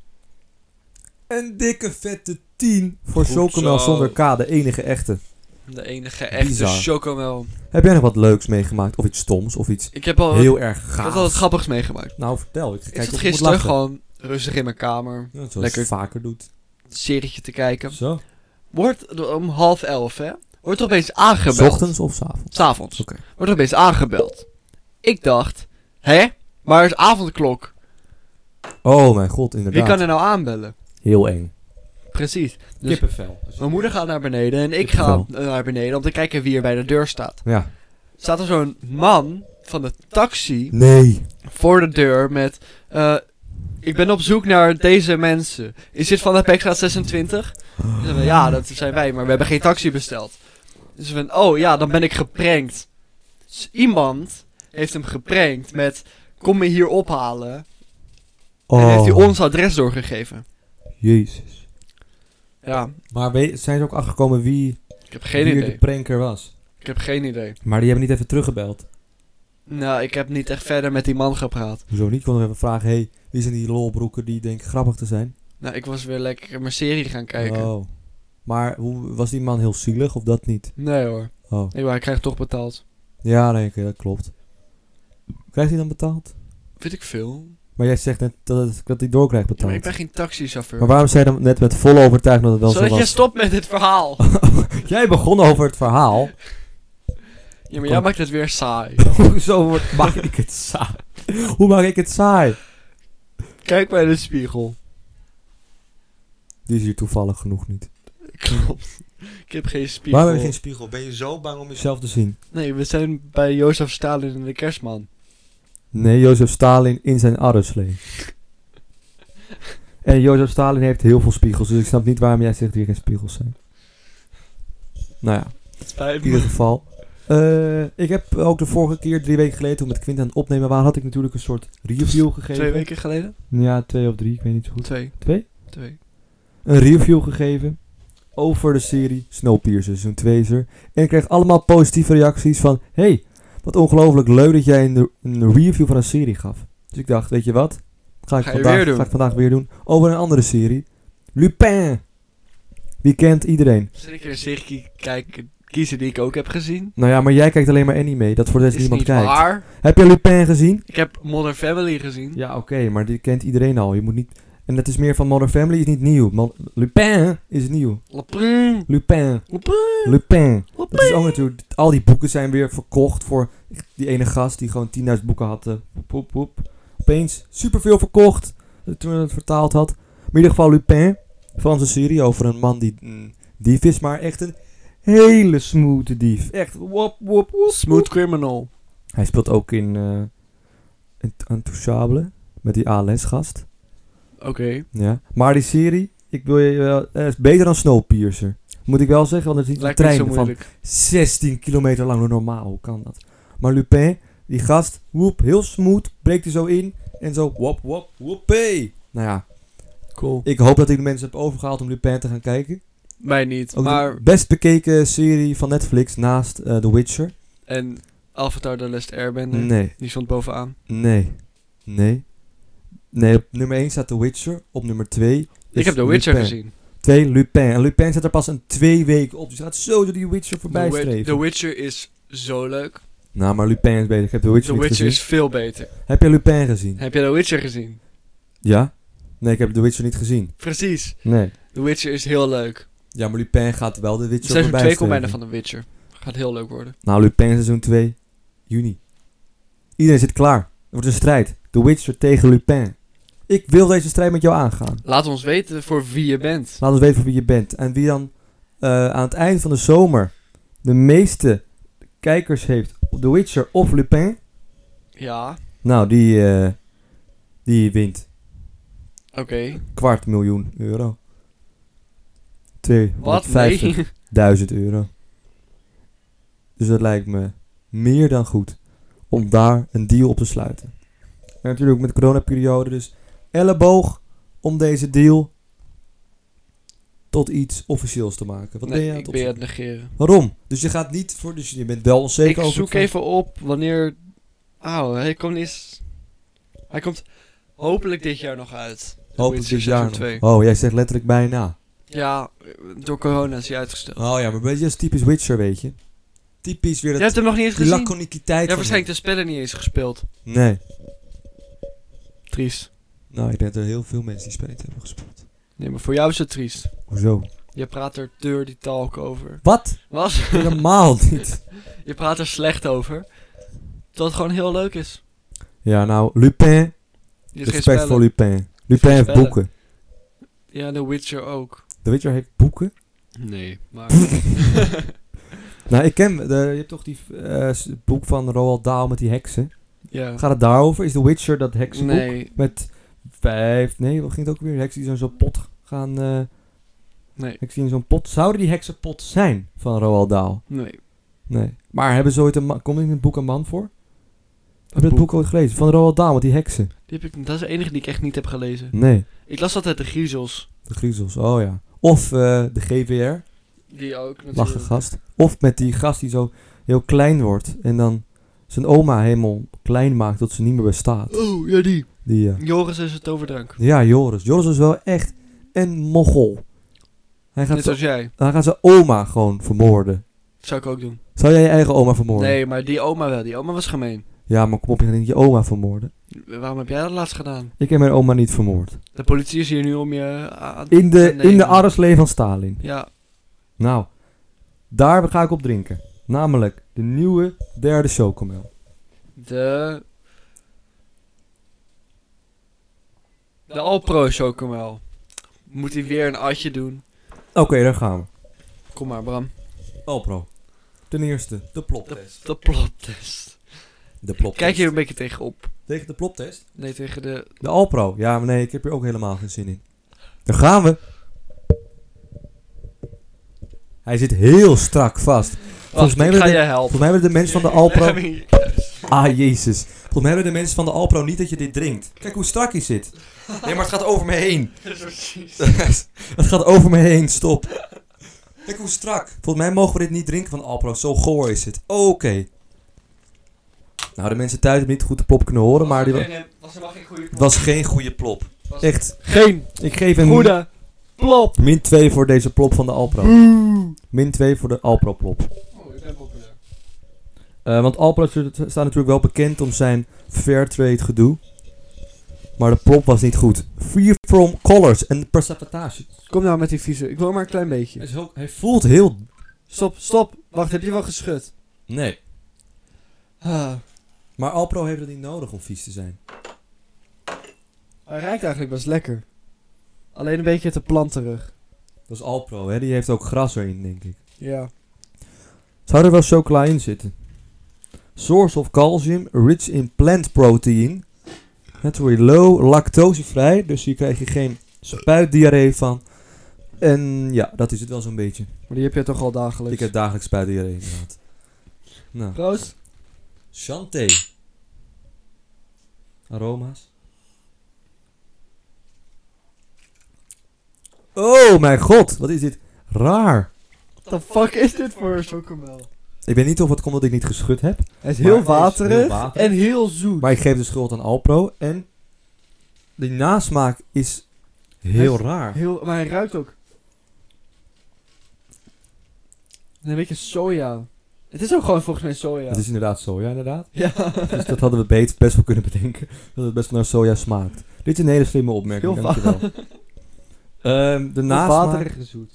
S1: Een dikke vette 10 voor
S2: Goed
S1: chocomel
S2: zo.
S1: zonder K. De enige echte.
S2: De enige echte
S1: Bizar.
S2: chocomel.
S1: Heb jij nog wat leuks meegemaakt? Of iets stoms? Of iets
S2: Oh, Ik heb al
S1: heel erg
S2: ik
S1: gaafs?
S2: had al wat grappigs meegemaakt.
S1: Nou, vertel. Ik
S2: Ik
S1: kijk
S2: zat
S1: of ik moet
S2: gisteren
S1: lachen.
S2: gewoon rustig in mijn kamer.
S1: Ja, zoals
S2: Lekker.
S1: je vaker doet.
S2: Een serietje te kijken.
S1: Zo.
S2: Wordt er om half elf, hè? Wordt er opeens aangebeld.
S1: Ochtends of 's avonds?
S2: S'avonds.
S1: Oké.
S2: Wordt er opeens aangebeld. Ik dacht... Hè? Maar het is avondklok.
S1: Oh mijn god,
S2: Wie
S1: inderdaad.
S2: kan er nou aanbellen?
S1: Heel eng.
S2: Precies. Dus
S1: Kippenvel.
S2: mijn moeder gaat naar beneden en ik
S1: Ik
S2: ga
S1: wel.
S2: naar beneden om te kijken wie er bij de deur staat.
S1: Ja.
S2: Staat er zo'n man van de taxi
S1: Nee.
S2: voor de deur met... eh, ik ben op zoek naar deze mensen. Is dit van de Pekstraat 26? Ze zeggen, ja, dat zijn wij, maar we hebben geen taxi besteld. Dus ze van, oh ja, dan ben ik geprankt. Dus iemand heeft hem geprankt met... Kom me hier ophalen.
S1: Oh.
S2: En heeft hij ons adres doorgegeven.
S1: Jezus.
S2: Ja,
S1: Maar we- zijn ze ook achtergekomen wie
S2: ik heb geen
S1: wie
S2: idee.
S1: de pranker was?
S2: Ik heb geen idee.
S1: Maar die hebben niet even teruggebeld.
S2: Nou, ik heb niet echt verder met die man gepraat.
S1: Hoezo niet? Ik wil nog even vragen, hé, hey, wie zijn die lolbroeken die denken grappig te zijn?
S2: Nou, ik was weer lekker mijn serie gaan kijken.
S1: Oh. Maar hoe, was die man heel zielig of dat niet?
S2: Nee hoor.
S1: Oh.
S2: Nee, maar ik krijg toch betaald.
S1: Ja, nee, oké, dat klopt. Krijgt hij dan betaald?
S2: Vind ik veel.
S1: Maar jij zegt net dat, het, dat hij door krijgt
S2: Ja,
S1: betaald.
S2: maar ik ben geen taxichauffeur.
S1: Maar waarom zei je dan net met volle overtuiging dat het wel
S2: Zodat
S1: zo
S2: je
S1: was?
S2: stopt met dit verhaal.
S1: Jij begon over het verhaal.
S2: ja, maar
S1: Kom.
S2: jij maakt het weer saai.
S1: Hoezo wordt- maak ik het saai? Hoe maak ik het saai?
S2: Kijk bij de spiegel.
S1: Die is hier toevallig genoeg niet.
S2: Klopt. Ik heb geen spiegel.
S1: Waarom heb je geen spiegel? Ben je zo bang om jezelf te zien?
S2: Nee, we zijn bij Jozef Stalin en de kerstman.
S1: Nee, Jozef Stalin in zijn arreslee. en Jozef Stalin heeft heel veel spiegels, dus ik snap niet waarom jij zegt dat hier geen spiegels zijn. Nou ja,
S2: Spijt
S1: in ieder
S2: me.
S1: geval. Eh, ik heb ook de vorige keer, drie weken geleden, toen met Quint aan het opnemen waren, had ik natuurlijk een soort review gegeven.
S2: Twee weken geleden?
S1: Ja, twee of drie, ik weet niet zo goed.
S2: Twee.
S1: Twee?
S2: Twee.
S1: een review gegeven over de serie Snowpiercer, seizoen 2 is er. En ik kreeg allemaal positieve reacties van... hey, wat ongelooflijk leuk dat jij een, een review van een serie gaf. Dus ik dacht, weet je wat? Ga ik,
S2: Ga je
S1: vandaag,
S2: weer doen.
S1: ga ik vandaag weer doen over een andere serie. Lupin. Die kent iedereen.
S2: Zal ik er een serie kijken, kiezen die ik ook heb gezien?
S1: Nou ja, maar jij kijkt alleen maar anime. Dat voor de rest
S2: Is
S1: niemand
S2: niet
S1: kijkt.
S2: waar.
S1: Heb je Lupin gezien?
S2: Ik heb Modern Family gezien.
S1: Ja, oké, maar die kent iedereen al. Je moet niet... En dat is meer van Modern Family is niet nieuw. Mo- Lupin is nieuw.
S2: Lapin.
S1: Lupin.
S2: Lapin.
S1: Lupin.
S2: Lupin.
S1: Dat is ook natuurlijk, al die boeken zijn weer verkocht voor die ene gast die gewoon 10.000 boeken had. eh, Poep, poep, poep. Opeens superveel verkocht eh, toen hij het vertaald had. Maar in ieder geval Lupin, Franse serie over een man die mm, dief is, maar echt een hele smooth dief. Echt, wop, wop, wop, wop.
S2: Smooth Criminal.
S1: Hij speelt ook in eh Int- Intouchable met die ALS-gast.
S2: Oké.
S1: Ja. Maar die serie, ik wil je wel, eh, is beter dan Snowpiercer. Moet ik wel zeggen, want het is niet een
S2: Lijkt me niet zo
S1: trein van
S2: moeilijk.
S1: 16 kilometer lang. Hoe normaal hoe kan dat? Maar Lupin, die gast, woep, heel smooth, breekt er zo in. En zo, wop, wop, woepé. Nou ja,
S2: Cool.
S1: ik hoop dat ik de mensen heb overgehaald om Lupin te gaan kijken.
S2: Mij niet,
S1: Ook
S2: maar...
S1: de best bekeken serie van Netflix naast eh, The Witcher.
S2: En Avatar The Last Airbender.
S1: Nee,
S2: Die stond bovenaan.
S1: nee, nee. Nee, op nummer 1 staat The Witcher. Op nummer 2
S2: ik heb The Witcher gezien.
S1: 2 Lupin. En Lupin staat er pas een twee weken op. Dus je gaat zo door die Witcher voorbij
S2: The, Wi-
S1: streven.
S2: The Witcher is zo leuk.
S1: nou, maar Lupin is beter. Ik heb The Witcher,
S2: The
S1: niet
S2: Witcher is
S1: gezien.
S2: veel beter.
S1: Heb je Lupin gezien?
S2: Heb je The Witcher gezien?
S1: Ja? Nee, ik heb The Witcher niet gezien.
S2: Precies.
S1: Nee.
S2: The Witcher is heel leuk.
S1: Ja, maar Lupin gaat wel de Witcher
S2: Seizoen
S1: voorbij
S2: 2 komt
S1: streven.
S2: bijna van The Witcher. Gaat heel leuk worden.
S1: Nou, Lupin seizoen 2, juni. Iedereen zit klaar. Er wordt een strijd. The Witcher tegen Lupin. Ik wil deze strijd met jou aangaan.
S2: Laat ons weten voor wie je bent.
S1: Laat ons weten voor wie je bent. En wie dan eh, aan het eind van de zomer de meeste kijkers heeft op The Witcher of Lupin.
S2: Ja,
S1: Nou, die, eh, die wint.
S2: oké.
S1: Kwart miljoen euro.
S2: Wat?
S1: 250.
S2: Nee.
S1: 1000 euro. Dus dat lijkt me meer dan goed. om daar een deal op te sluiten. En natuurlijk met de coronaperiode, dus elleboog om deze deal tot iets officieels te maken. Wat ben je
S2: Nee,
S1: aan
S2: ik
S1: het
S2: ben je aan
S1: opzoeken?
S2: het negeren.
S1: Waarom? Dus je gaat niet voor, dus je bent wel onzeker
S2: ik
S1: over
S2: zoek
S1: het-
S2: even op wanneer... Auw, hij komt eens... Hij komt hopelijk dit jaar nog uit.
S1: hopelijk dit
S2: Seizoen
S1: jaar nog.
S2: twee.
S1: Oh, jij zegt letterlijk bijna.
S2: Ja, door corona is hij uitgesteld.
S1: Oh ja, maar weet je, dat is typisch Witcher, weet je. Typisch weer
S2: Je
S1: dat
S2: hebt hem nog niet eens
S1: die
S2: gezien? Ja,
S1: laconiciteit. van
S2: waarschijnlijk de spellen niet eens gespeeld.
S1: hem. Nee.
S2: Triest.
S1: Nou, ik denk dat er heel veel mensen die spelletjes hebben gespeeld.
S2: Nee, maar voor jou is het triest.
S1: Hoezo?
S2: Je praat er dirty talk over.
S1: Wat?
S2: Was?
S1: Helemaal niet.
S2: Je praat er slecht over. Dat het gewoon heel leuk is.
S1: Ja, nou, Lupin.
S2: Je is geen
S1: Respect voor
S2: spellen.
S1: Lupin. Lupin heeft
S2: spellen.
S1: boeken.
S2: Ja, The Witcher ook.
S1: The Witcher heeft boeken?
S2: Nee. Maar...
S1: Nou, ik ken... De, je hebt toch die eh, s- boek van Roald Dahl met die heksen?
S2: ja.
S1: Gaat het daarover? Is The Witcher dat heksenboek?
S2: Nee,
S1: Met vijf... Nee, wat ging het ook weer? Heksen die in zo'n pot gaan... eh
S2: nee,
S1: heksen die in zo'n pot... Zouden die heksenpot zijn van Roald Dahl?
S2: nee.
S1: Nee. Maar hebben ze ooit een man... Komt in het boek een man voor? Heb je het
S2: boek?
S1: boek ooit gelezen? Van Roald Dahl met die heksen?
S2: Die heb ik, dat is de enige die ik echt niet heb gelezen.
S1: Nee.
S2: Ik las altijd de Griezels.
S1: De Griezels, oh ja. Of eh, de GVR,
S2: Die ook natuurlijk.
S1: lachen gast. Of met die gast die zo heel klein wordt en dan zijn oma helemaal klein maakt tot ze niet meer bestaat.
S2: Oh, ja die.
S1: Die, eh,
S2: Joris is het toverdrank.
S1: ja, Joris. Joris is wel echt een mochel. Hij gaat,
S2: Net
S1: zijn,
S2: als jij.
S1: hij gaat zijn oma gewoon vermoorden.
S2: Zou ik ook doen.
S1: Zou jij je eigen oma vermoorden?
S2: Nee, maar die oma wel. Die oma was gemeen.
S1: Ja, maar kom op, je gaat niet je oma vermoorden.
S2: Waarom heb jij dat laatst gedaan?
S1: Ik heb mijn oma niet vermoord.
S2: De politie is hier nu om je eh, aan
S1: In de,
S2: Nee,
S1: in de
S2: nee.
S1: arreslee van Stalin.
S2: Ja,
S1: Nou, daar ga ik op drinken. Namelijk de nieuwe derde chocomel.
S2: de... De Alpro Chocomel. Moet hij weer een atje doen?
S1: Oké, daar gaan we.
S2: Kom maar, Bram.
S1: Alpro. Ten eerste, de
S2: De,
S1: ploptest.
S2: de ploptest.
S1: De ploptest.
S2: Kijk hier een beetje tegenop.
S1: Tegen de ploptest?
S2: Nee, tegen de...
S1: De Alpro. Ja, maar nee, ik heb hier ook helemaal geen zin in. Daar gaan we. Hij zit heel strak vast.
S2: Volgens
S1: mij
S2: mij
S1: wil
S2: ga
S1: de-
S2: jij helpen.
S1: Volgens mij hebben de mensen van de Alpro... Ah, jezus. Volgens mij hebben de mensen van de Alpro niet dat je dit drinkt. Kijk hoe strak hij zit. Nee, maar het gaat over me heen. het gaat over me heen, stop. Kijk hoe strak. Volgens mij mogen we dit niet drinken van Alpro. Zo goor is het. Oké. Nou, de mensen thuis hebben niet goed de plop kunnen horen, maar die wa-
S2: Was helemaal geen goede...
S1: het was geen goede plop.
S2: Was-
S1: Echt,
S2: Geen
S1: ik geef een
S2: goede plop.
S1: min 2 voor deze plop van de Alpro. Min 2 voor de Alpro plop.
S2: Oh, ik ben populair.
S1: Eh, want Alpro stu- staat natuurlijk wel bekend om zijn fairtrade gedoe. Maar de plop was niet goed. Free from colors en precipitation.
S2: Kom nou met die vieze. Ik wil maar een klein beetje.
S1: Hij voelt heel...
S2: Stop, stop. Wacht, heb je wel geschud?
S1: Nee.
S2: Ah,
S1: Maar Alpro heeft het niet nodig om vies te zijn.
S2: hij ruikt eigenlijk best lekker. Alleen een beetje te planterig.
S1: Dat is Alpro, hè? Die heeft ook gras erin, denk ik.
S2: Ja.
S1: Zou er wel chocola in zitten? Source of calcium rich in plant protein. Naturally low, lactosevrij. Dus hier krijg je geen spuitdiarree van. En ja, dat is het wel zo'n beetje.
S2: Maar die heb je toch al dagelijks.
S1: Ik heb dagelijks spuitdiarree inderdaad. Nou,
S2: Proost.
S1: Chanté. Aroma's. Oh mijn god, wat is dit raar.
S2: What the fuck is dit voor chocomel?
S1: Ik weet niet of het komt dat ik niet geschud heb.
S2: Hij is
S1: Maar
S2: heel
S1: hij is heel
S2: waterig
S1: waterig.
S2: en heel zoet.
S1: Maar ik geef de schuld aan Alpro. En die nasmaak is heel
S2: Echt?
S1: raar.
S2: Heel, maar hij ruikt ook. En Een beetje soja. Het is ook gewoon volgens mij soja.
S1: Het is inderdaad soja, inderdaad.
S2: ja,
S1: Dus dat hadden we beter, best wel kunnen bedenken. Dat het best wel naar soja smaakt. Dit is een hele slimme opmerking,
S2: Heel
S1: dankjewel. Ehm de nasmaak...
S2: waterig en zoet.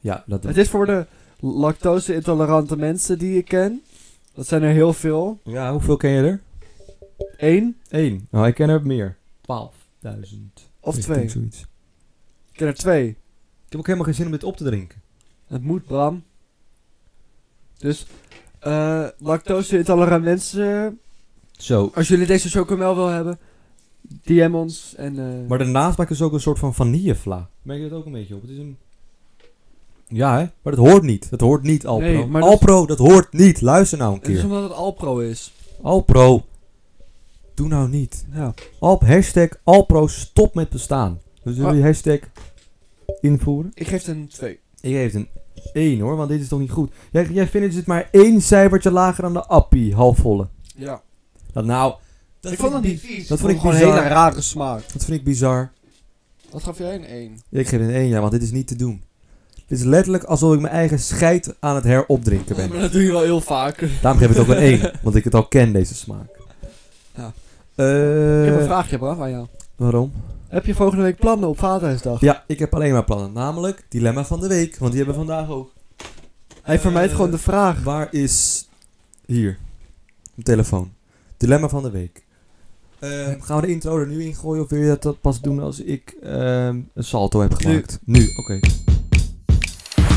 S1: Ja, dat
S2: Het is voor de lactose-intolerante mensen die ik ken. Dat zijn er heel veel.
S1: Ja, hoeveel ken je er?
S2: Eén
S1: Eén. Nou, ik ken er meer. 12.000.
S2: of
S1: Ik
S2: twee.
S1: denk zoiets.
S2: Ik ken er twee.
S1: Ik heb ook helemaal geen zin om dit op te drinken.
S2: Het moet, Bram. Dus, eh lactose-intolerante mensen.
S1: Zo.
S2: Als jullie deze chocomel wil hebben, DM ons. En, eh,
S1: Maar de nasmaak is dus ook een soort van vanillevla. Merk je dat ook een beetje op? Het is een... Ja, hè? Maar dat hoort niet. Dat hoort niet, Alpro.
S2: Nee, maar dat-
S1: Alpro, dat... hoort niet. Luister nou een
S2: het is
S1: keer.
S2: omdat het Alpro is.
S1: Alpro. Doe nou niet. Ja. Alp, hashtag Alpro stop met bestaan. Dus jullie
S2: Ah.
S1: hashtag invoeren?
S2: Ik geef het een 2.
S1: Ik geef het een 1 hoor, want dit is toch niet goed. Jij, jij vindt het dus maar één cijfertje lager dan de appie, halfvolle.
S2: Ja.
S1: Dat nou, dat
S2: ik vond het
S1: bi-
S2: niet vies.
S1: dat vond ik
S2: gewoon
S1: bizar.
S2: een hele rare smaak.
S1: Dat vind ik bizar.
S2: Wat gaf jij een 1?
S1: Ik geef het een 1 ja, want dit is niet te doen. Dit is letterlijk alsof ik mijn eigen scheid aan het heropdrinken ben.
S2: maar dat doe je wel heel vaak. Ik
S1: Daarom geef ik het ook een 1, want ik het al ken, deze smaak.
S2: Ja.
S1: Eh,
S2: heb een vraagje, Braaf, aan jou.
S1: waarom?
S2: Heb je volgende week plannen op Vaderhuisdag?
S1: Ja, ik heb alleen maar plannen. Namelijk, dilemma van de week, want die hebben we vandaag ook.
S2: Hij vermijdt
S1: Eh,
S2: gewoon de vraag.
S1: Waar is... Hier. Mijn telefoon. Dilemma van de week. Ehm, gaan we de intro er nu in gooien of wil je dat- dat pas doen als ik ehm, een salto heb gemaakt? Nu, oké.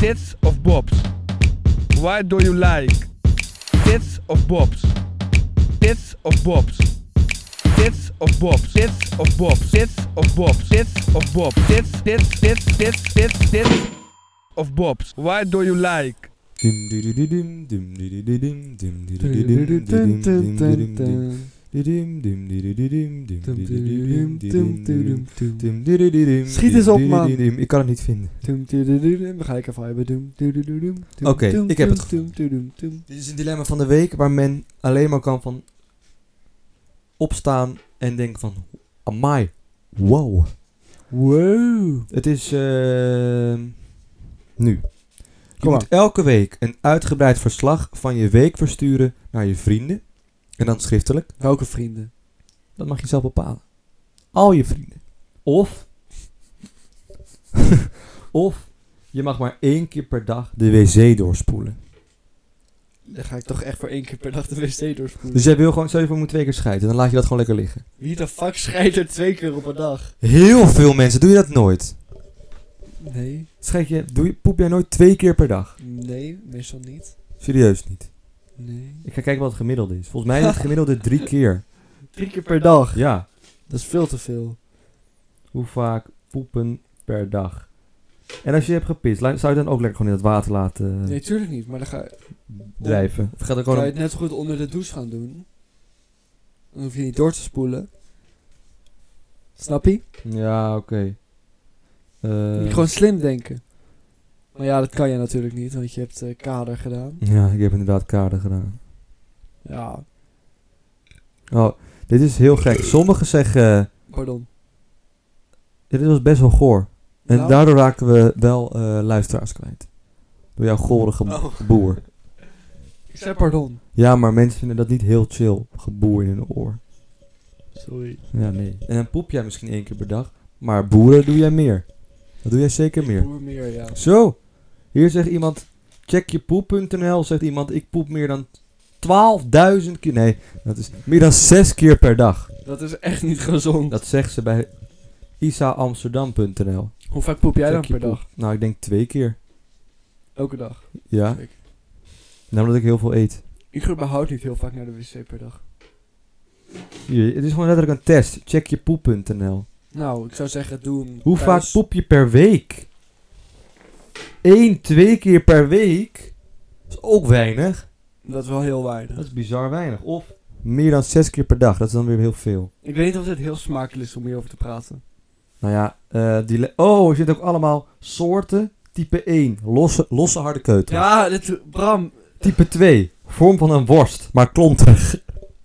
S3: Tits of bobs? Why do you like? Tits of bobs? Tits of bobs? Tits of bobs? Tits of bobs? Tits of bobs? Tits of bobs? Tits, tits, tits, tits, tits, tits of bobs? Why do you like?
S1: Dum, du, du, du, dum, dum, du, du, du, dum, dum, du, du, du, dum, du, dum, dum, du, dum, dum.
S2: Schiet eens op, man.
S1: Ik kan het niet vinden.
S2: We gaan lekker viben.
S1: Oké, ik heb het Dit is een dilemma van de week waar men alleen maar kan van opstaan en denken van... Amai, wow.
S2: Wow.
S1: Het is ehm, nu. Je
S2: Kom
S1: moet elke week een uitgebreid verslag van je week versturen naar je vrienden. En dan schriftelijk.
S2: Welke vrienden?
S1: Dat mag je zelf bepalen. Al je vrienden. Of. of je mag maar één keer per dag de wc doorspoelen.
S2: Dan ga ik toch echt voor één keer per dag de wc doorspoelen.
S1: Dus jij wil gewoon, stel je voor, je moet twee keer scheiden. Dan laat je dat gewoon lekker liggen.
S2: Wie de fuck scheidt er twee keer op een dag?
S1: Heel veel mensen doen je dat nooit.
S2: Nee,
S1: Scheid je, doe je, poep jij nooit twee keer per dag?
S2: nee, meestal niet.
S1: Serieus niet.
S2: Nee.
S1: Ik ga kijken wat het gemiddelde is. Volgens mij is het gemiddelde drie keer.
S2: Drie keer per dag.
S1: Ja.
S2: Dat is veel te veel.
S1: Hoe vaak poepen per dag? En als je hebt gepist, la- zou je dan ook lekker gewoon in het water laten eh,
S2: Nee, tuurlijk niet. Maar dan ga je,
S1: drijven? Of gaat er
S2: kan
S1: gewoon
S2: je het net zo goed onder de douche gaan doen. Dan hoef je niet door te spoelen. Snap je?
S1: een- Ja, oké. Eh,
S2: Moet je gewoon slim denken. Maar ja, dat kan je natuurlijk niet, want je hebt eh, kader gedaan.
S1: Ja, ik heb inderdaad kaarten gedaan.
S2: Ja,
S1: Oh, dit is heel gek. Sommigen zeggen...
S2: pardon.
S1: ja, dit was best wel goor. En
S2: Nou,
S1: daardoor raken we wel eh, luisteraars kwijt. Door jouw gorige
S2: Oh.
S1: boer.
S2: Ik zei pardon.
S1: Ja, maar mensen vinden dat niet heel chill. Geboer in hun oor.
S2: Sorry.
S1: Ja, nee. En dan poep jij misschien één keer per dag. Maar boeren doe jij meer. Dat doe jij zeker meer.
S2: Boer meer, ja.
S1: Zo, hier zegt iemand, checkjepoep.nl zegt iemand, ik poep meer dan 12.000 keer, nee, dat is meer dan 6 keer per dag.
S2: Dat is echt niet gezond.
S1: Dat zegt ze bij isaamsterdam.nl.
S2: Hoe vaak poep jij dan
S1: Check je
S2: per
S1: poep.
S2: dag?
S1: Nou, ik denk twee keer.
S2: Elke dag.
S1: Ja,
S2: Kijk.
S1: nou omdat ik heel veel eet.
S2: Ik ga überhaupt niet heel vaak naar de wc per dag.
S1: Hier, het is gewoon letterlijk een test, checkjepoep.nl.
S2: Nou, ik zou zeggen, doe hem
S1: Hoe
S2: thuis.
S1: vaak poep je per week? 1, twee keer per week? Dat is ook weinig.
S2: Dat is wel heel weinig.
S1: Dat is bizar weinig. Of meer dan 6 keer per dag, dat is dan weer heel veel.
S2: Ik weet niet of dit heel smakelijk is om hierover te praten.
S1: Nou ja, eh, die le- oh, er zitten ook allemaal soorten. Type 1, losse, losse harde keuter.
S2: Ja, dit... Bram,
S1: Type 2, vorm van een worst, maar klonterig.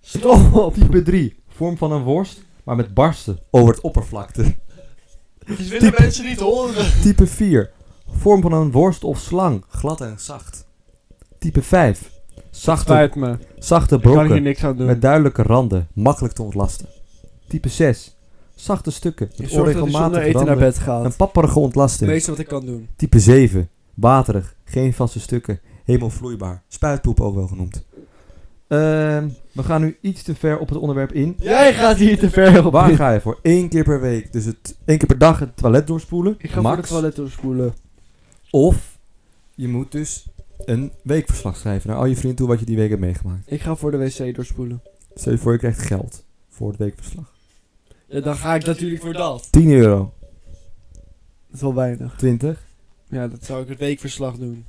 S2: stop!
S1: Type 3, vorm van een worst, maar met barsten over het oppervlakte.
S2: Dit willen mensen niet horen.
S1: Type 4, vorm van een worst of slang, glad en zacht. Type 5, zachte,
S2: Spijt me.
S1: zachte
S2: Ik kan hier
S1: brokken
S2: niks aan doen.
S1: met duidelijke randen, makkelijk te ontlasten. Type 6, zachte stukken
S2: Ik
S1: met
S2: zorg dat hij zonder
S1: onregelmatige
S2: eten naar
S1: randen.
S2: bed gaat.
S1: Een papperige
S2: Het
S1: ontlasting.
S2: meeste wat ik kan doen.
S1: Type 7. Waterig. Geen vaste stukken. Helemaal vloeibaar. Spuitpoep ook wel genoemd. Ehm, we gaan nu iets te ver op het onderwerp in.
S2: Jij gaat hier te ver op.
S1: Waar ga je voor? Eén keer per week. Dus het, één keer per dag het toilet doorspoelen.
S2: Ik ga
S1: max.
S2: voor de toilet doorspoelen.
S1: Of je moet dus een weekverslag schrijven naar al je vrienden toe wat je die week hebt meegemaakt.
S2: Ik ga voor de wc doorspoelen.
S1: Stel je voor je krijgt geld voor het weekverslag.
S2: Ja, dan ga ik natuurlijk voor dat.
S1: 10 euro.
S2: Dat is wel weinig.
S1: 20.
S2: Ja, dat zou ik het weekverslag doen.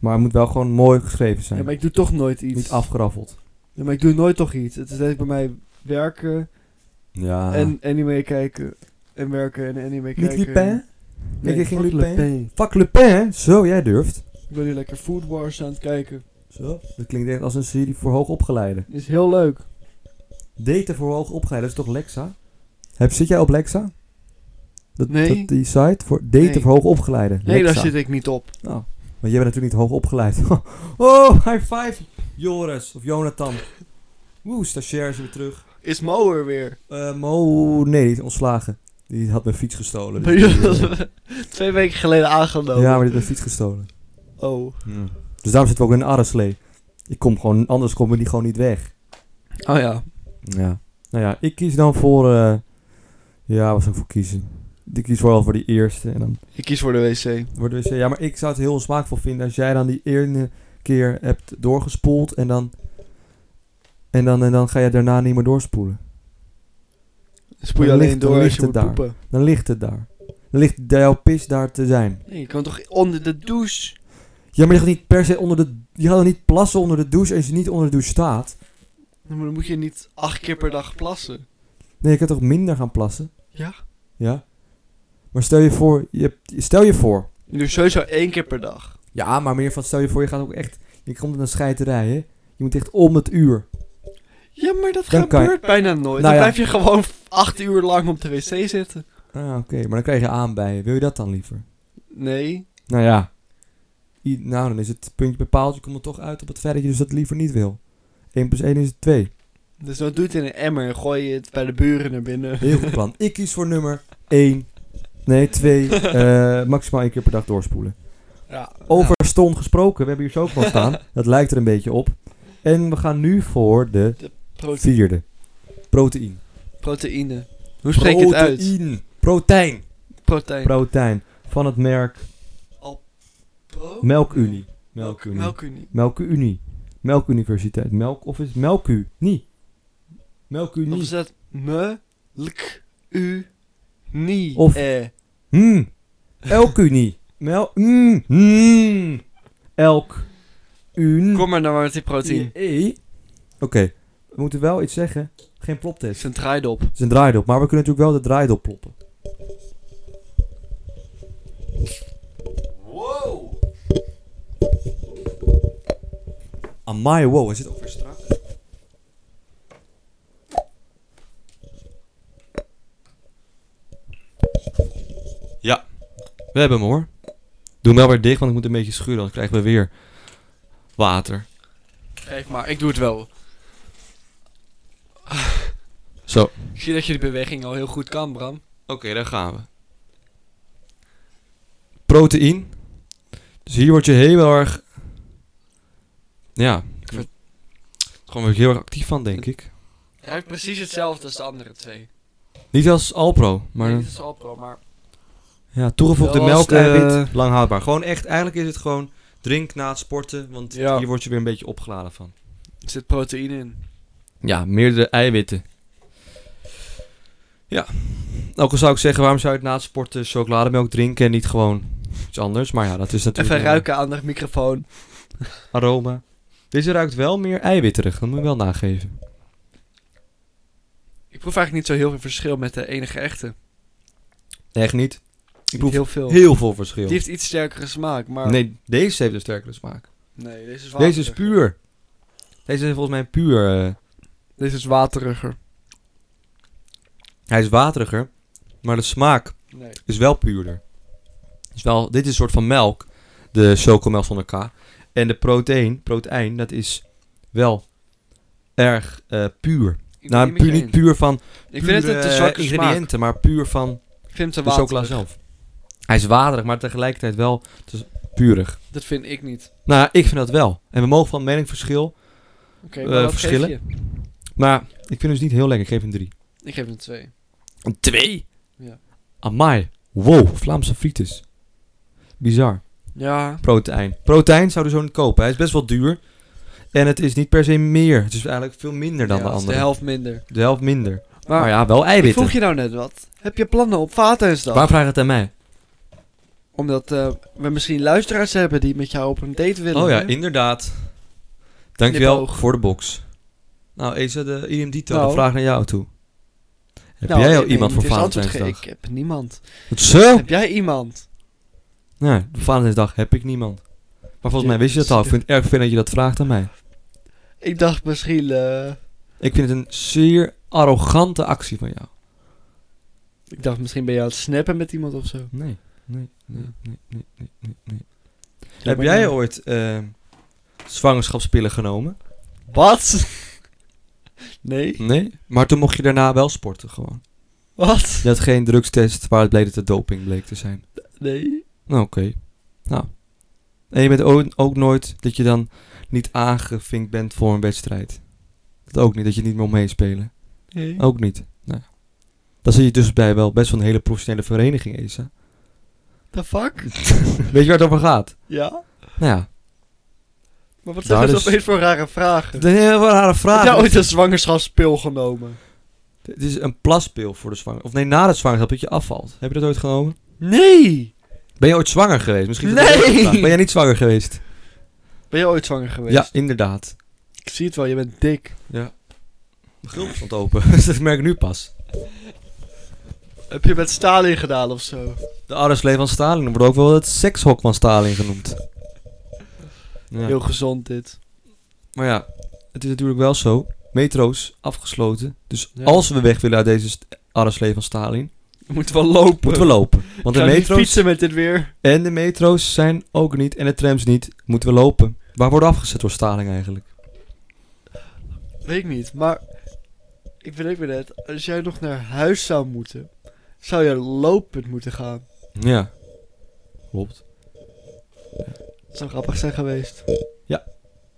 S1: Maar het moet wel gewoon mooi geschreven zijn.
S2: Ja, maar ik doe toch nooit iets.
S1: Niet afgeraffeld.
S2: Ja, maar ik doe nooit toch iets. Het is dat ik bij mij werken
S1: Ja.
S2: en anime kijken. En werken en anime kijken.
S1: Ah. Niet Lupin?
S2: Nee,
S1: Ik ging
S2: fuck
S1: Lupin. Fuck Lupin, hè? Zo, jij durft.
S2: Ik ben nu lekker Food Wars aan het kijken.
S1: Zo. Dat klinkt echt als een serie voor hoogopgeleiden.
S2: Is heel leuk.
S1: Daten voor hoogopgeleiden, dat is toch Lexa? Heb, zit jij op Lexa? Dat,
S2: Nee.
S1: dat- die site voor daten
S2: Nee.
S1: voor hoogopgeleiden.
S2: Nee,
S1: Lexa.
S2: daar zit ik niet op.
S1: Nou, maar jij bent natuurlijk niet hoogopgeleid. oh, high five, Joris of Jonathan. Woe, stagiair is weer terug.
S2: Is Mo er weer?
S1: Eh, Mo, nee, die is ontslagen. Die had mijn fiets gestolen. dus die, eh,
S2: Twee weken geleden aangenomen.
S1: ja, maar die heeft mijn fiets gestolen.
S2: Oh.
S1: Dus daarom zitten we ook in een arreslee. Ik kom gewoon, anders komen die gewoon niet weg.
S2: Oh ja.
S1: Ja. Nou ja, ik kies dan voor... eh ja, wat zou ik voor kiezen? Ik kies vooral voor die eerste. En dan
S2: Ik kies voor de wc.
S1: wordt de wc... Ja, maar ik zou het heel onsmaakvol vinden als jij dan die ene keer hebt doorgespoeld en dan... En dan, en dan ga je daarna niet meer doorspoelen.
S2: Spoel je
S1: Dan
S2: alleen
S1: ligt- dan
S2: door als
S1: ligt
S2: je moet
S1: het daar.
S2: poepen.
S1: Dan ligt het daar. Dan ligt jouw pis daar te zijn.
S2: Nee, je kan toch onder de douche?
S1: Ja, maar je gaat niet per se onder de... Je gaat dan niet plassen onder de douche als je niet onder de douche staat.
S2: Maar Dan moet je niet acht keer per dag plassen.
S1: Nee, je kan toch minder gaan plassen?
S2: Ja.
S1: Ja. Maar stel je voor... Je, stel je voor...
S2: Je doet sowieso één keer per dag.
S1: Ja, maar meer van stel je voor je gaat ook echt... Je komt in een scheiterij, hè? Je moet echt om het uur.
S2: Ja, maar
S1: Dan
S2: dat
S1: kan je- Nou
S2: gebeurt bijna nooit. dan
S1: ja.
S2: blijf je gewoon acht uur lang op de wc zitten.
S1: Ah, oké. Maar dan krijg je aanbijen. Wil je dat dan liever?
S2: Nee.
S1: Nou ja. I- nou, dan is het puntje bepaald. Je komt er toch uit op het feit dat je dus dat liever niet wil. 1 plus 1 is 2.
S2: Dus dan doe je het in een emmer en gooi je het bij de buren naar binnen.
S1: Heel goed plan. Ik kies voor nummer 1. Nee, 2. maximaal één keer per dag doorspoelen.
S2: Ja.
S1: Over Ston gesproken. We hebben hier zo ook wel staan. Dat lijkt er een beetje op. En we gaan nu voor de
S2: Prote-
S1: vierde. Proteïn.
S2: proteïne. Hoe spreek je het uit?
S1: Proteïn. Protein.
S2: Proteïne.
S1: Protein. Van het merk
S2: Pro-
S1: Melkunie.
S2: Melk-
S1: Melkunie.
S2: Melkunie.
S1: Melkunie. Melkuniversiteit. Melk of is het Melku? Niet.
S2: Of is
S1: Melkunie.
S2: dat me, lk, u, ni,
S1: Of-
S2: eh.
S1: Hmm. Elkunie. Mel. Mm. Mm. Elk. Un.
S2: Kom maar nou maar met die proteïne.
S1: E. Oké. We moeten wel iets zeggen. Geen
S2: Het is
S1: ploptest.
S2: een draaidop.
S1: Het is een draaidop. Maar we kunnen natuurlijk wel de draaidop ploppen.
S2: Wow.
S1: Amai, wow. Hij zit ook weer strak.
S4: We hebben hem hoor. Doe hem wel weer dicht, want ik moet een beetje schuren, anders krijgen we weer water.
S2: Geef maar, ik doe het wel.
S4: Zo. Oké,
S2: Ik zie dat je de beweging al heel goed kan, Bram.
S4: daar gaan we. Proteïn. Dus hier word je heel erg... Ja.
S2: vind-
S4: Gewoon weer heel erg actief van, denk ik.
S2: Ruikt precies hetzelfde als de andere twee.
S4: Niet als Alpro, maar...
S2: Nee, dit is Alpro, maar...
S4: Ja, toegevoegde
S2: Wel als
S4: melk,
S2: de-
S4: eiwit, lang houdbaar. Gewoon echt, eigenlijk is het gewoon drink na het sporten, want
S2: Ja.
S4: hier word je weer een beetje opgeladen van.
S2: Er zit proteïne in.
S4: Ja, meerdere eiwitten. Ja. Ook al zou ik zeggen, waarom zou je het na het sporten chocolademelk drinken en niet gewoon iets anders? Maar ja, dat is natuurlijk...
S2: Even ruiken aan de microfoon.
S4: een Aroma. Deze ruikt wel meer eiwitterig, dat moet je wel nageven.
S2: Ik proef eigenlijk niet zo heel veel verschil met de enige echte.
S4: Echt niet.
S2: Ik
S4: proef
S2: heel veel.
S4: Heel veel verschil.
S2: Die heeft iets sterkere smaak, maar...
S4: Nee, deze heeft een sterkere smaak.
S2: Nee, deze is
S4: Deze is puur. Deze is volgens mij puur... eh,
S2: Deze is wateriger.
S4: hij is wateriger, maar de smaak
S2: Nee.
S4: is wel puurder. Is wel, dit is een soort van melk, de chocomel zonder K. En de proteïn, proteïn, dat is wel erg eh, puur.
S2: Ik
S4: nou,
S2: ben het
S4: puur,
S2: met je
S4: niet puur van
S2: eens. Ik vind het een te
S4: pure,
S2: zwakke
S4: eh,
S2: smaak.
S4: ingrediënten, maar puur van
S2: Ik vind het
S4: de
S2: te
S4: chocola
S2: waterig.
S4: zelf. Hij is waterig, maar tegelijkertijd wel te puurig.
S2: Dat vind ik niet.
S4: Nou, ja, ik vind dat wel. En we mogen van meningsverschil.
S2: Oké,
S4: Eh,
S2: maar wat
S4: verschillen?
S2: geef je?
S4: Maar ik vind het dus niet heel lekker. Ik geef hem drie.
S2: Ik geef hem twee.
S4: Een twee?
S2: Ja.
S4: Amai. Wow, Vlaamse frites. Bizar.
S2: Ja.
S4: Proteïn. Proteïn zouden we zo niet kopen. Hij is best wel duur. En het is niet per se meer. Het is eigenlijk veel minder dan
S2: Ja,
S4: de
S2: dat is
S4: andere.
S2: de helft minder.
S4: De helft minder. Maar,
S2: Maar,
S4: ja, wel
S2: ik
S4: eiwitten.
S2: vroeg je nou net wat. Heb je plannen op Vatersdag?
S4: Waarom vraag je het aan mij?
S2: Omdat eh, we misschien luisteraars hebben die met jou op een date willen.
S4: Oh ja,
S2: hè?
S4: inderdaad. Dankjewel
S2: Knipoog.
S4: voor de box. Nou, Esa, de IMD-to,
S2: Nou.
S4: vraag naar jou toe. Heb
S2: Nou,
S4: jij al
S2: ik
S4: iemand
S2: weet
S4: voor
S2: niet, er is antwoord
S4: Valentijnsdag?
S2: ge- Ik heb niemand.
S4: Wat Zo?
S2: Heb jij iemand?
S4: Nee, voor Valentijnsdag heb ik niemand. Maar volgens mij wist je dat
S2: dus
S4: al. Ik vind het erg fijn dat je dat vraagt aan mij.
S2: Ik dacht misschien... eh,
S4: Ik vind het een zeer arrogante actie van jou.
S2: ik dacht misschien ben je aan het snappen met iemand of zo.
S4: Nee, nee, nee, nee, nee, nee, nee. Heb
S2: Jammer,
S4: jij
S2: jammer.
S4: ooit eh, zwangerschapspillen genomen?
S2: Wat? nee?
S4: Nee. Maar toen mocht je daarna wel sporten gewoon.
S2: Wat?
S4: Je had geen drugstest waar het bleek dat het doping bleek te zijn.
S2: Nee?
S4: Nou, oké. Nou. En je bent ook, ook nooit dat je dan niet aangevinkt bent voor een wedstrijd. Dat ook niet, dat je niet meer mee spelen.
S2: Nee.
S4: Ook niet. Nou. ja. Dan zit je dus bij wel best wel een hele professionele vereniging, Esa.
S2: The fuck?
S4: Weet je waar het over gaat?
S2: ja?
S4: Nou ja.
S2: Maar wat
S4: Nou,
S2: zijn dat
S4: dus-
S2: opeens voor rare vragen?
S4: Dat is een hele rare vraag.
S2: Heb jij ooit een zwangerschapspil genomen?
S4: Het is een plaspil voor de zwanger. Of nee, na de zwangerschap dat je afvalt. Heb je dat ooit genomen?
S2: Nee!
S4: Ben je ooit zwanger geweest? Misschien is dat
S2: Nee!
S4: een leuke vraag. Ben jij niet zwanger geweest?
S2: Ben je ooit zwanger geweest?
S4: Ja, inderdaad.
S2: Ik zie het wel, je bent dik.
S4: Mijn gulp stond open. dat merk ik nu pas.
S2: Heb je met Stalin gedaan of zo?
S4: De arreslee van Stalin wordt ook wel het sekshok van Stalin genoemd. Ja.
S2: Heel gezond dit.
S4: Maar ja, het is natuurlijk wel zo. Metro's afgesloten. Dus
S2: Ja.
S4: als we weg willen uit deze st- arreslee van Stalin,
S2: Je moet wel lopen.
S4: moeten we lopen. Want de
S2: Kan niet
S4: metro's
S2: fietsen met dit weer.
S4: en de metro's zijn ook niet en de trams niet. Moeten we lopen. Waar worden we afgezet door Stalin eigenlijk?
S2: Weet ik niet, maar ik bedenk me net, als jij nog naar huis zou moeten, zou je lopend moeten gaan.
S4: Ja. Klopt.
S2: Dat zou grappig zijn geweest.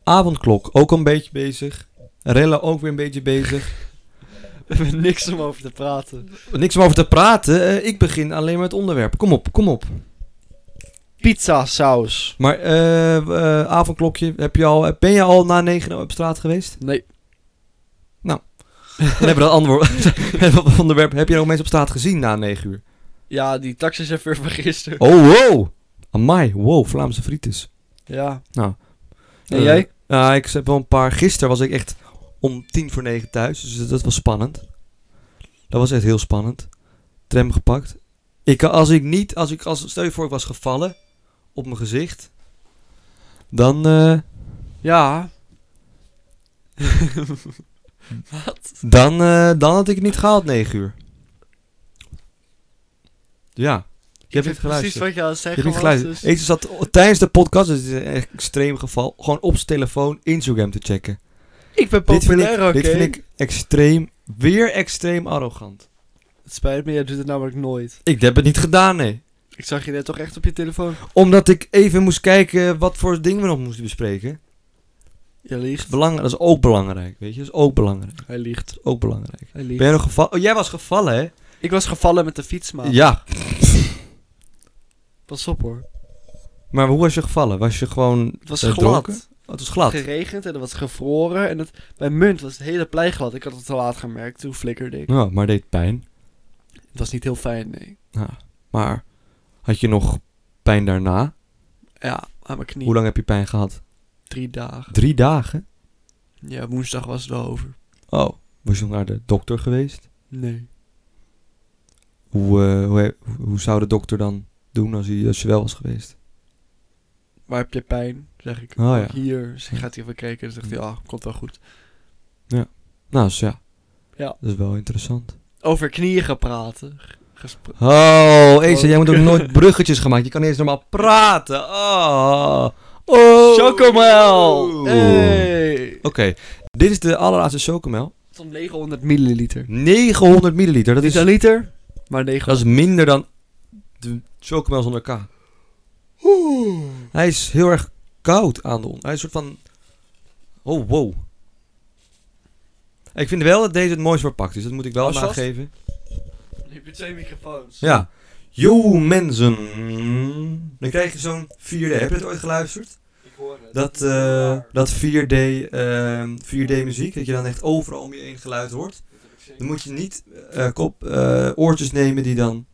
S4: Avondklok, ook een beetje bezig. Rellen ook weer een beetje bezig.
S2: We hebben niks om over te praten.
S4: Niks om over te praten. eh, ik begin alleen maar het onderwerp. Kom op, kom op.
S2: Pizza saus.
S4: Maar eh, eh, avondklokje, heb je al, eh, ben je al na 9 uur op straat geweest?
S2: Nee.
S4: Dan hebben we dat antwoord. het onderwerp, heb je nog mensen op straat gezien na 9 uur?
S2: Ja, die taxichauffeur van gisteren.
S4: Oh, wow. Amai, wow, Vlaamse frietjes.
S2: Ja.
S4: Nou.
S2: En
S4: Eh,
S2: jij?
S4: Nou, ik heb wel een paar. Gisteren was ik echt om tien voor negen thuis. Dus dat- dat was spannend. Dat was echt heel spannend. Tram gepakt. Ik, als ik niet, als ik, als, stel je voor ik was gevallen op mijn gezicht. Dan, eh,
S2: Ja.
S4: dan, eh, dan had ik het niet gehaald negen uur. Ja. Je hebt niet geluisterd.
S2: Precies wat je aan het zeggen
S4: Je hebt niet
S2: was,
S4: geluisterd.
S2: dus-
S4: Eze zat o- tijdens de podcast, dat is een echt extreem geval, gewoon op zijn telefoon Instagram te checken.
S2: Ik ben
S4: dit, vind ik,
S2: populair, oké.
S4: dit vind ik extreem, weer extreem arrogant.
S2: Het spijt me, jij doet het namelijk nooit.
S4: Ik heb het niet gedaan, nee.
S2: Ik zag je net toch echt op je telefoon.
S4: Omdat ik even moest kijken wat voor dingen we nog moesten bespreken.
S2: Je liegt.
S4: Belang, dat is ook belangrijk, weet je. Dat is ook belangrijk. Dat
S2: Hij liegt.
S4: is ook belangrijk.
S2: Hij
S4: Ben
S2: liegt.
S4: je nog gevallen? Oh, jij was gevallen, hè?
S2: Ik was gevallen met de fiets, man.
S4: Ja.
S2: Pas op, hoor.
S4: Maar hoe was je gevallen? Was je gewoon...
S2: Het was
S4: eh,
S2: glad.
S4: dronken? Oh, het was glad.
S2: geregend en er was gevroren. En het, bij Munt was het hele plein glad. Ik had het te laat gemerkt. Toen flikkerde ik.
S4: Nou, maar deed pijn.
S2: Het was niet heel fijn, nee.
S4: Ja. Maar had je nog pijn daarna?
S2: Ja, aan mijn knie.
S4: Hoe lang heb je pijn gehad?
S2: Drie dagen.
S4: Drie dagen?
S2: Ja, woensdag was het wel over.
S4: Oh. Was je nog naar de dokter geweest?
S2: Nee.
S4: Hoe, eh, hoe, he- hoe zou de dokter dan doen als, hij, als je wel was geweest?
S2: Waar heb je pijn? Zeg ik.
S4: Oh, ja. Mm.
S2: Hier. Dus hij gaat hij even kijken. En zegt hij, ja, komt wel goed.
S4: Nou, dus ja.
S2: Ja.
S4: Dat is wel interessant.
S2: Over knieën gepraten. G- gespro-
S4: Oh, Eze,
S2: Oh.
S4: jij moet ook nooit bruggetjes gemaakt. Je kan niet eens normaal praten. Oh. Oh.
S2: Chocomel!
S4: Oeh.
S2: Hey!
S4: Oké. Dit is de allerlaatste chocomel.
S2: Zo'n 900 milliliter.
S4: 900 milliliter. Dat
S2: Niet
S4: is,
S2: een liter, maar 900.
S4: dat is minder dan de chocomel zonder K. Hij is heel erg koud aan de on. Hij is een soort van... Oh, wow. Ik vind wel dat deze het mooist verpakt Oh, is. Dat moet ik wel
S2: Als
S4: maar
S2: vast?
S4: aangeven.
S2: Je hebt twee microfoons.
S4: Ja. Yo, mensen. Dan krijg je zo'n 4D. Heb je dat ooit geluisterd?
S2: Ik hoor het.
S4: Dat, eh, dat 4D, ehm, 4D muziek. Dat je dan echt overal om je heen geluid hoort. Dan moet je niet eh, kop, eh, oortjes nemen die dan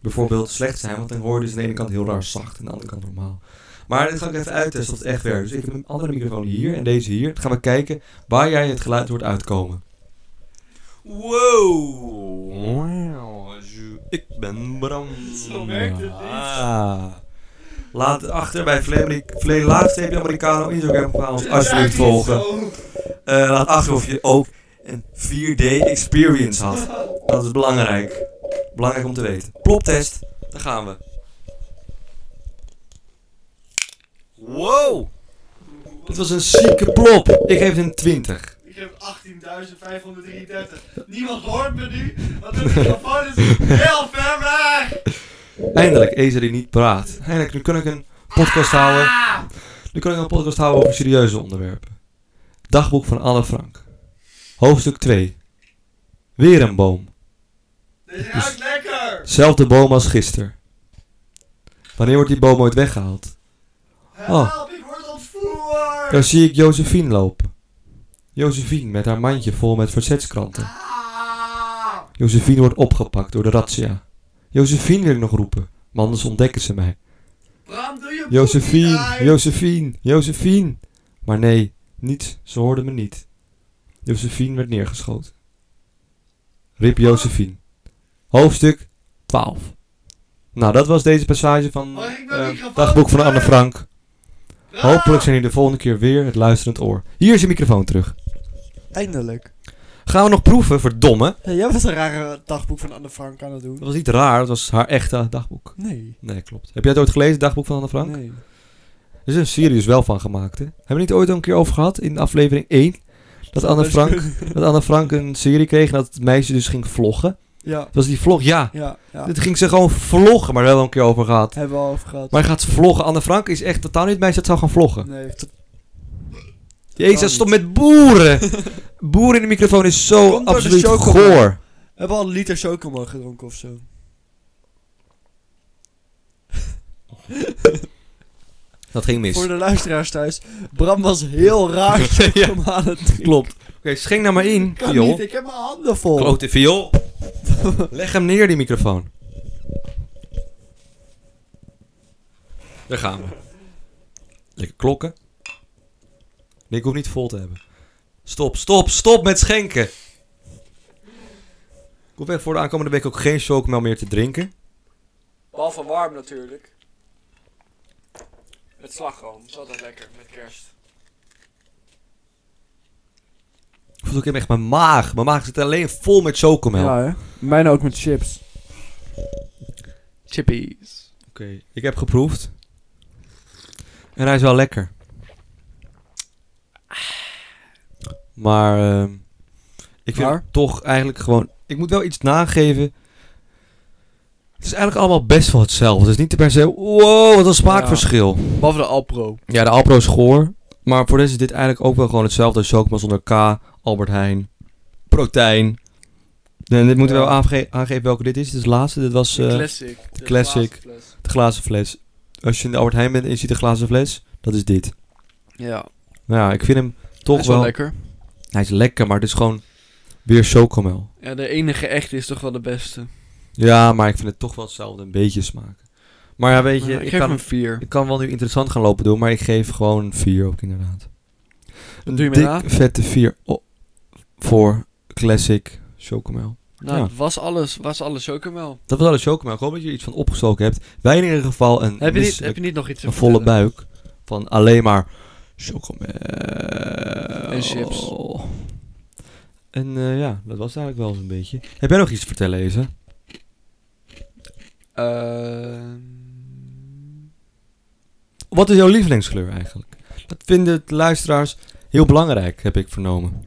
S4: bijvoorbeeld slecht zijn. Want dan hoor je dus aan de ene kant heel raar zacht en aan de andere kant normaal. Maar dit ga ik even uittesten of het echt werkt. Dus ik heb een andere microfoon hier en deze hier. Dan gaan we kijken waar jij het geluid hoort uitkomen. Wow. Wow. Ik ben Bram.
S2: Zo werkt het niet.
S4: Ah. Laat achter bij Vleen Laagstreepje Americano Instagram gaan ons alsjeblieft volgen. Eh, laat achter of je ook een 4D experience had. Dat is belangrijk. Belangrijk om te weten. Ploptest, daar gaan we. Wow! Dit was een zieke plop. Ik geef het een 20.
S2: Ik heb 18.533. Niemand hoort me nu, want de microfoon is heel ver weg.
S4: Eindelijk, Ezer die niet praat. Eindelijk, nu kan ik een podcast houden. Nu kan ik een podcast houden over serieuze onderwerpen. Dagboek van Anne Frank. Hoofdstuk 2. Weer een boom.
S2: Dit ruikt lekker.
S4: Zelfde boom als gisteren. Wanneer wordt die boom ooit weggehaald? Oh.
S2: Help, ik word ontvoerd.
S4: Dan zie ik Josephine lopen. Josephine met haar mandje vol met verzetskranten.
S2: Ah.
S4: Josephine wordt opgepakt door de razzia. Josephine wil ik nog roepen, maar anders ontdekken ze mij.
S2: Bram, doe je
S4: Josephine,
S2: uit.
S4: Josephine, Josephine. Maar nee, niets, ze hoorden me niet. Josephine werd neergeschoten. Rip Josephine. Hoofdstuk 12. Nou, dat was deze passage van
S2: Oh, ik ben
S4: eh,
S2: niet Ah! gevallen,
S4: Dagboek van
S2: maar-
S4: Anne Frank.
S2: Bram.
S4: Hopelijk zijn jullie de volgende keer weer het luisterend oor. Hier is je microfoon terug.
S5: Eindelijk.
S4: Gaan we nog proeven, verdomme.
S5: Hey, jij was een rare dagboek van Anne Frank aan het doen.
S4: Dat was niet raar, dat was haar echte dagboek.
S5: Nee.
S4: Nee, klopt. Heb jij het ooit gelezen, het dagboek van Anne Frank?
S5: Nee.
S4: Er is een serie dus wel van gemaakt, hè? Hebben we niet ooit al een keer over gehad in aflevering 1? Dat Anne, Frank, dat Anne Frank een serie kreeg en dat het meisje dus ging vloggen.
S5: Ja.
S4: Was die vlog? Ja.
S5: Ja. ja.
S4: Dit ging ze gewoon vloggen, maar daar hebben we al een keer over gehad.
S5: Hebben we al over gehad.
S4: Maar hij gaat vloggen. Anne Frank is echt totaal niet het meisje dat zou gaan vloggen.
S5: Nee. tot-
S4: Jezus, dat stond met boeren. boeren in de microfoon is zo
S5: Komt door de
S4: absoluut
S5: chocomelk.
S4: goor.
S5: We hebben al een liter chocomel gedronken of zo.
S4: Dat ging mis.
S5: Voor de luisteraars thuis. Bram was heel raar chocomel aan het drinken.
S4: Klopt. Oké, schenk nou maar in,
S5: Kan
S4: viool.
S5: niet, ik heb mijn handen vol.
S4: Klote viool. Leg hem neer, die microfoon. Daar gaan we. Lekker klokken. Nee, ik hoef niet vol te hebben. Stop, stop, stop met schenken. Ik hoef echt voor de aankomende week ook geen chocomel meer te drinken.
S2: Behalve warm natuurlijk. Met slagroom, is altijd lekker met kerst.
S4: Ik voel ook echt mijn maag. Mijn maag zit alleen vol met chocomel.
S5: Ja, hè? Mijne ook met chips.
S2: Chippies.
S4: Oké, ik heb geproefd. En hij is wel lekker. Maar ehm, ik vind
S5: Maar?
S4: het toch eigenlijk gewoon. Ik moet wel iets nageven. Het is eigenlijk allemaal best wel hetzelfde. Het is niet per se. Wow, wat een smaakverschil. Ja,
S2: Behalve de Alpro.
S4: de Alpro is goor. Maar voor deze is dit eigenlijk ook wel gewoon hetzelfde als Chocomel zonder K, Albert Heijn, Protein. En dit moeten we
S5: Ja.
S4: wel aange- aangeven welke dit is. Dit is de laatste. Dit was. eh,
S2: classic. De
S4: classic.
S2: glazen fles.
S4: de glazen fles. Als je in de Albert Heijn bent en je ziet een glazen fles, dat is dit.
S2: Ja,
S4: Nou ja, ik vind hem toch
S2: Hij is
S4: wel...
S2: wel lekker.
S4: Hij is lekker, maar het is gewoon weer chocomel.
S2: Ja, de enige echte is toch wel de beste.
S4: Ja, maar ik vind het toch wel hetzelfde een beetje smaken. Maar ja, weet je,
S2: Ja, ik,
S4: ik,
S2: geef
S4: kan,
S2: hem een 4.
S4: ik kan wel nu interessant gaan lopen doen, maar ik geef gewoon een 4 ook inderdaad. Een
S2: doe je met
S4: dik,
S2: A?
S4: vette 4 o- voor classic chocomel.
S2: Nou,
S4: ja.
S2: het was alles. Was alles ook wel.
S4: Dat was alles chocomel. Ik hoop dat je er iets van opgestoken hebt. Wij in ieder geval een,
S2: Heb je, niet,
S4: misselijk-
S2: heb je niet nog iets te
S4: een volle
S2: vertellen?
S4: buik van alleen maar chocomel. En
S2: chips.
S4: oh. En eh, ja, dat was het eigenlijk wel zo'n beetje. Heb jij nog iets te vertellen, Eze?
S2: Ehm,
S4: Wat is jouw lievelingskleur eigenlijk? Dat vinden de luisteraars heel belangrijk, heb ik vernomen.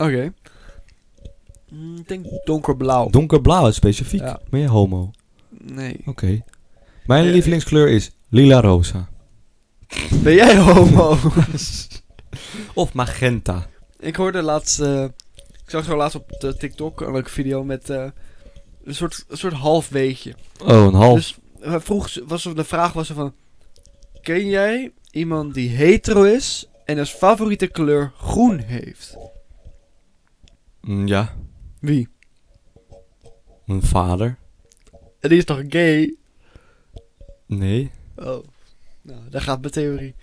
S2: Oké. Mm, ik denk donkerblauw.
S4: Donkerblauw is specifiek.
S2: Ja.
S4: Ben je homo? Oké.
S2: Nee.
S4: Mijn
S2: Eh,
S4: lievelingskleur is lila rosa.
S2: Ben jij homo?
S4: Of magenta.
S2: Ik hoorde laatst. eh, ik zag zo laatst op de TikTok een leuke video met. eh, een soort, een soort half weetje.
S4: Oh, een half.
S2: Dus eh, vroeg, ze- was er, de vraag was er van. Ken jij iemand die hetero is en als favoriete kleur groen heeft?
S4: Mm, ja,
S2: Wie?
S4: mijn vader.
S2: En die is toch gay?
S4: Nee.
S2: Oh. Nou, daar gaat mijn theorie.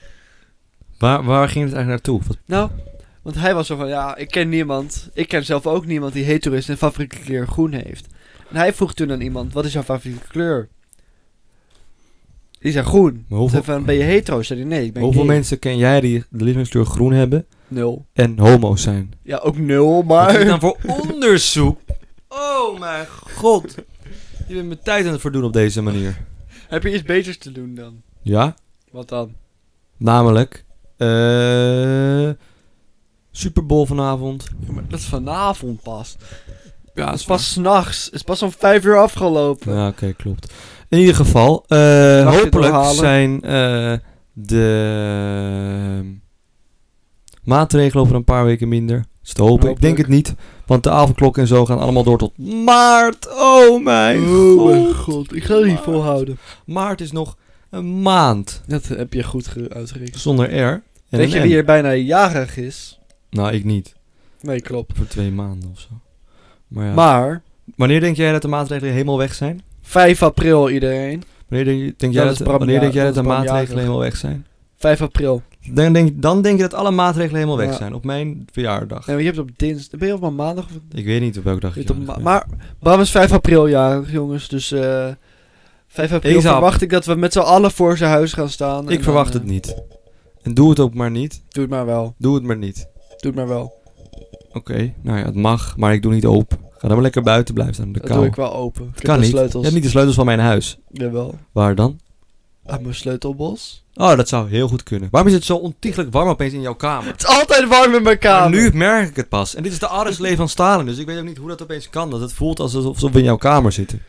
S4: Waar, waar ging het eigenlijk naartoe? Wat-
S2: Nou, want hij was zo van, ja, ik ken niemand. Ik ken zelf ook niemand die hetero is en favoriete kleur groen heeft. En hij vroeg toen aan iemand, wat is jouw favoriete kleur? Die zei groen.
S4: Maar hoeveel-
S2: Zei van, ben je hetero? Zei hij, nee, ik ben
S4: hoeveel
S2: gay."
S4: mensen ken jij die de lievelingskleur groen hebben
S2: Nul.
S4: en homo's zijn?
S2: Ja, ook nul,
S4: Wat is dit
S2: maar...
S4: dan voor onderzoek? Oh mijn god. Je bent mijn tijd aan het verdoen op deze manier.
S2: Heb je iets beters te doen dan?
S4: Ja,
S2: Wat dan?
S4: namelijk... eh Super Bowl vanavond.
S2: dat is vanavond pas.
S4: Ja,
S2: Het is pas s'nachts. Het is pas om vijf uur afgelopen.
S4: Ja, oké, klopt. In ieder geval, eh,
S2: het
S4: hopelijk
S2: doorhalen?
S4: zijn eh, de maatregelen over een paar weken minder. Dus Dat is te hopen. Ik denk
S2: Hopelijk.
S4: het niet, want de avondklok en zo gaan allemaal door tot maart. Oh mijn
S2: oh mijn
S4: god.
S2: god, ik ga het niet volhouden.
S4: Maart is nog een maand
S2: Dat heb je goed ge- uitgerekend.
S4: zonder R. en een
S2: Weet je
S4: N.
S2: wie er bijna jarig is?
S4: Nou, ik niet.
S2: Nee, klopt.
S4: Voor twee maanden of zo. Maar ja.
S2: Maar,
S4: wanneer denk jij dat de maatregelen helemaal weg zijn?
S2: 5 april iedereen.
S4: Wanneer denk, denk
S2: Ja,
S4: jij
S2: dat
S4: dat,
S2: is Bram-
S4: wanneer
S2: ja,
S4: denk jij
S2: dat
S4: dat de
S2: is Bram
S4: maatregelen
S2: jarig.
S4: helemaal weg zijn?
S2: 5 april.
S4: Dan denk, dan denk je dat alle maatregelen helemaal weg
S2: Ja.
S4: zijn op mijn verjaardag.
S2: Nee, maar je hebt op dinsdag. Ben je op een maandag? Of,
S4: Ik weet niet op welke dag
S2: je
S4: ik
S2: hebt op
S4: jarig
S2: ma- maar
S4: ben.
S2: Bram is 5 april jarig, jongens. Dus eh 5 april
S4: Ik zou-
S2: verwacht ik dat we met z'n allen voor zijn huis gaan staan. eh,
S4: ik verwacht het niet. En doe het ook maar niet.
S2: Doe het maar wel.
S4: Doe het maar niet.
S2: Doe het maar wel.
S4: Oké, nou ja, het mag, maar ik doe niet open. Ga dan maar lekker buiten blijven staan in de
S2: Dat
S4: kou.
S2: doe ik wel open. ik heb
S4: kan
S2: de
S4: niet. Je
S2: sleutels.
S4: hebt niet de sleutels van mijn huis.
S2: Jawel.
S4: Waar dan?
S2: Aan mijn sleutelbos.
S4: Oh, dat zou heel goed kunnen. Waarom is het zo ontiegelijk warm opeens in jouw kamer?
S2: Het is altijd warm in mijn
S4: Maar
S2: kamer.
S4: nu merk ik het pas. En dit is de arbeidsleven van Stalin, dus ik weet ook niet hoe dat opeens kan. Dat het voelt alsof we in jouw kamer zitten.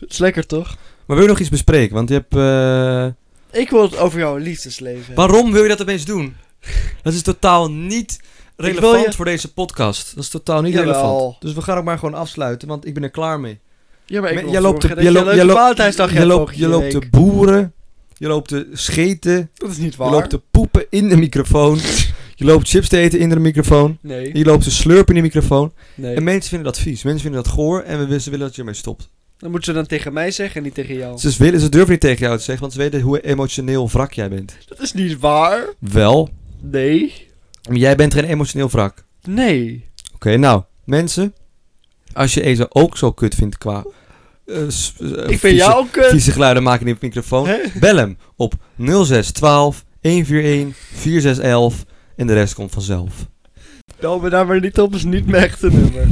S2: Het is lekker toch?
S4: Maar wil je nog iets bespreken? Want je hebt... eh,
S2: Ik wil het over jouw liefdesleven. hebben.
S4: Waarom wil je dat opeens doen? Dat is totaal niet relevant
S2: wil je-
S4: voor deze podcast. Dat is totaal niet
S2: Jawel.
S4: relevant. Dus we gaan ook maar gewoon afsluiten, want ik ben er klaar mee.
S2: Ja, maar ik
S4: Men-
S2: wil
S4: jij loopt
S2: zorgen dat
S4: de- jij
S2: je een
S4: loopt-
S2: leuke
S4: jij loopt-
S2: Valentijnsdag
S4: Je
S2: hebt
S4: loopt,
S2: volgende
S4: je loopt
S2: week.
S4: de boeren, je loopt de scheten,
S2: Dat is niet
S4: je
S2: waar.
S4: loopt de poepen in de microfoon, je loopt chips te eten in de microfoon,
S2: Nee,
S4: je loopt de slurpen in de microfoon.
S2: nee.
S4: En mensen vinden dat vies, mensen vinden dat goor en we willen- ze willen dat je ermee stopt. Dus
S2: Dan moeten ze dan tegen mij zeggen en niet tegen jou.
S4: Ze, willen, ze durven niet tegen jou te zeggen, want ze weten hoe emotioneel wrak jij bent.
S2: Dat is niet waar.
S4: Wel,
S2: Nee.
S4: maar jij bent geen emotioneel wrak.
S2: Nee.
S4: Oké, nou, mensen. Als je Eza ook zo kut vindt qua... eh, s- eh,
S2: ik
S4: vieze-
S2: vind jou ook kut.
S4: Vieze geluiden maken in de microfoon.
S2: Hè?
S4: Bel hem op 0612 141 4611. En de rest komt vanzelf.
S2: Bel me daar maar niet op, is niet mijn echte nummer.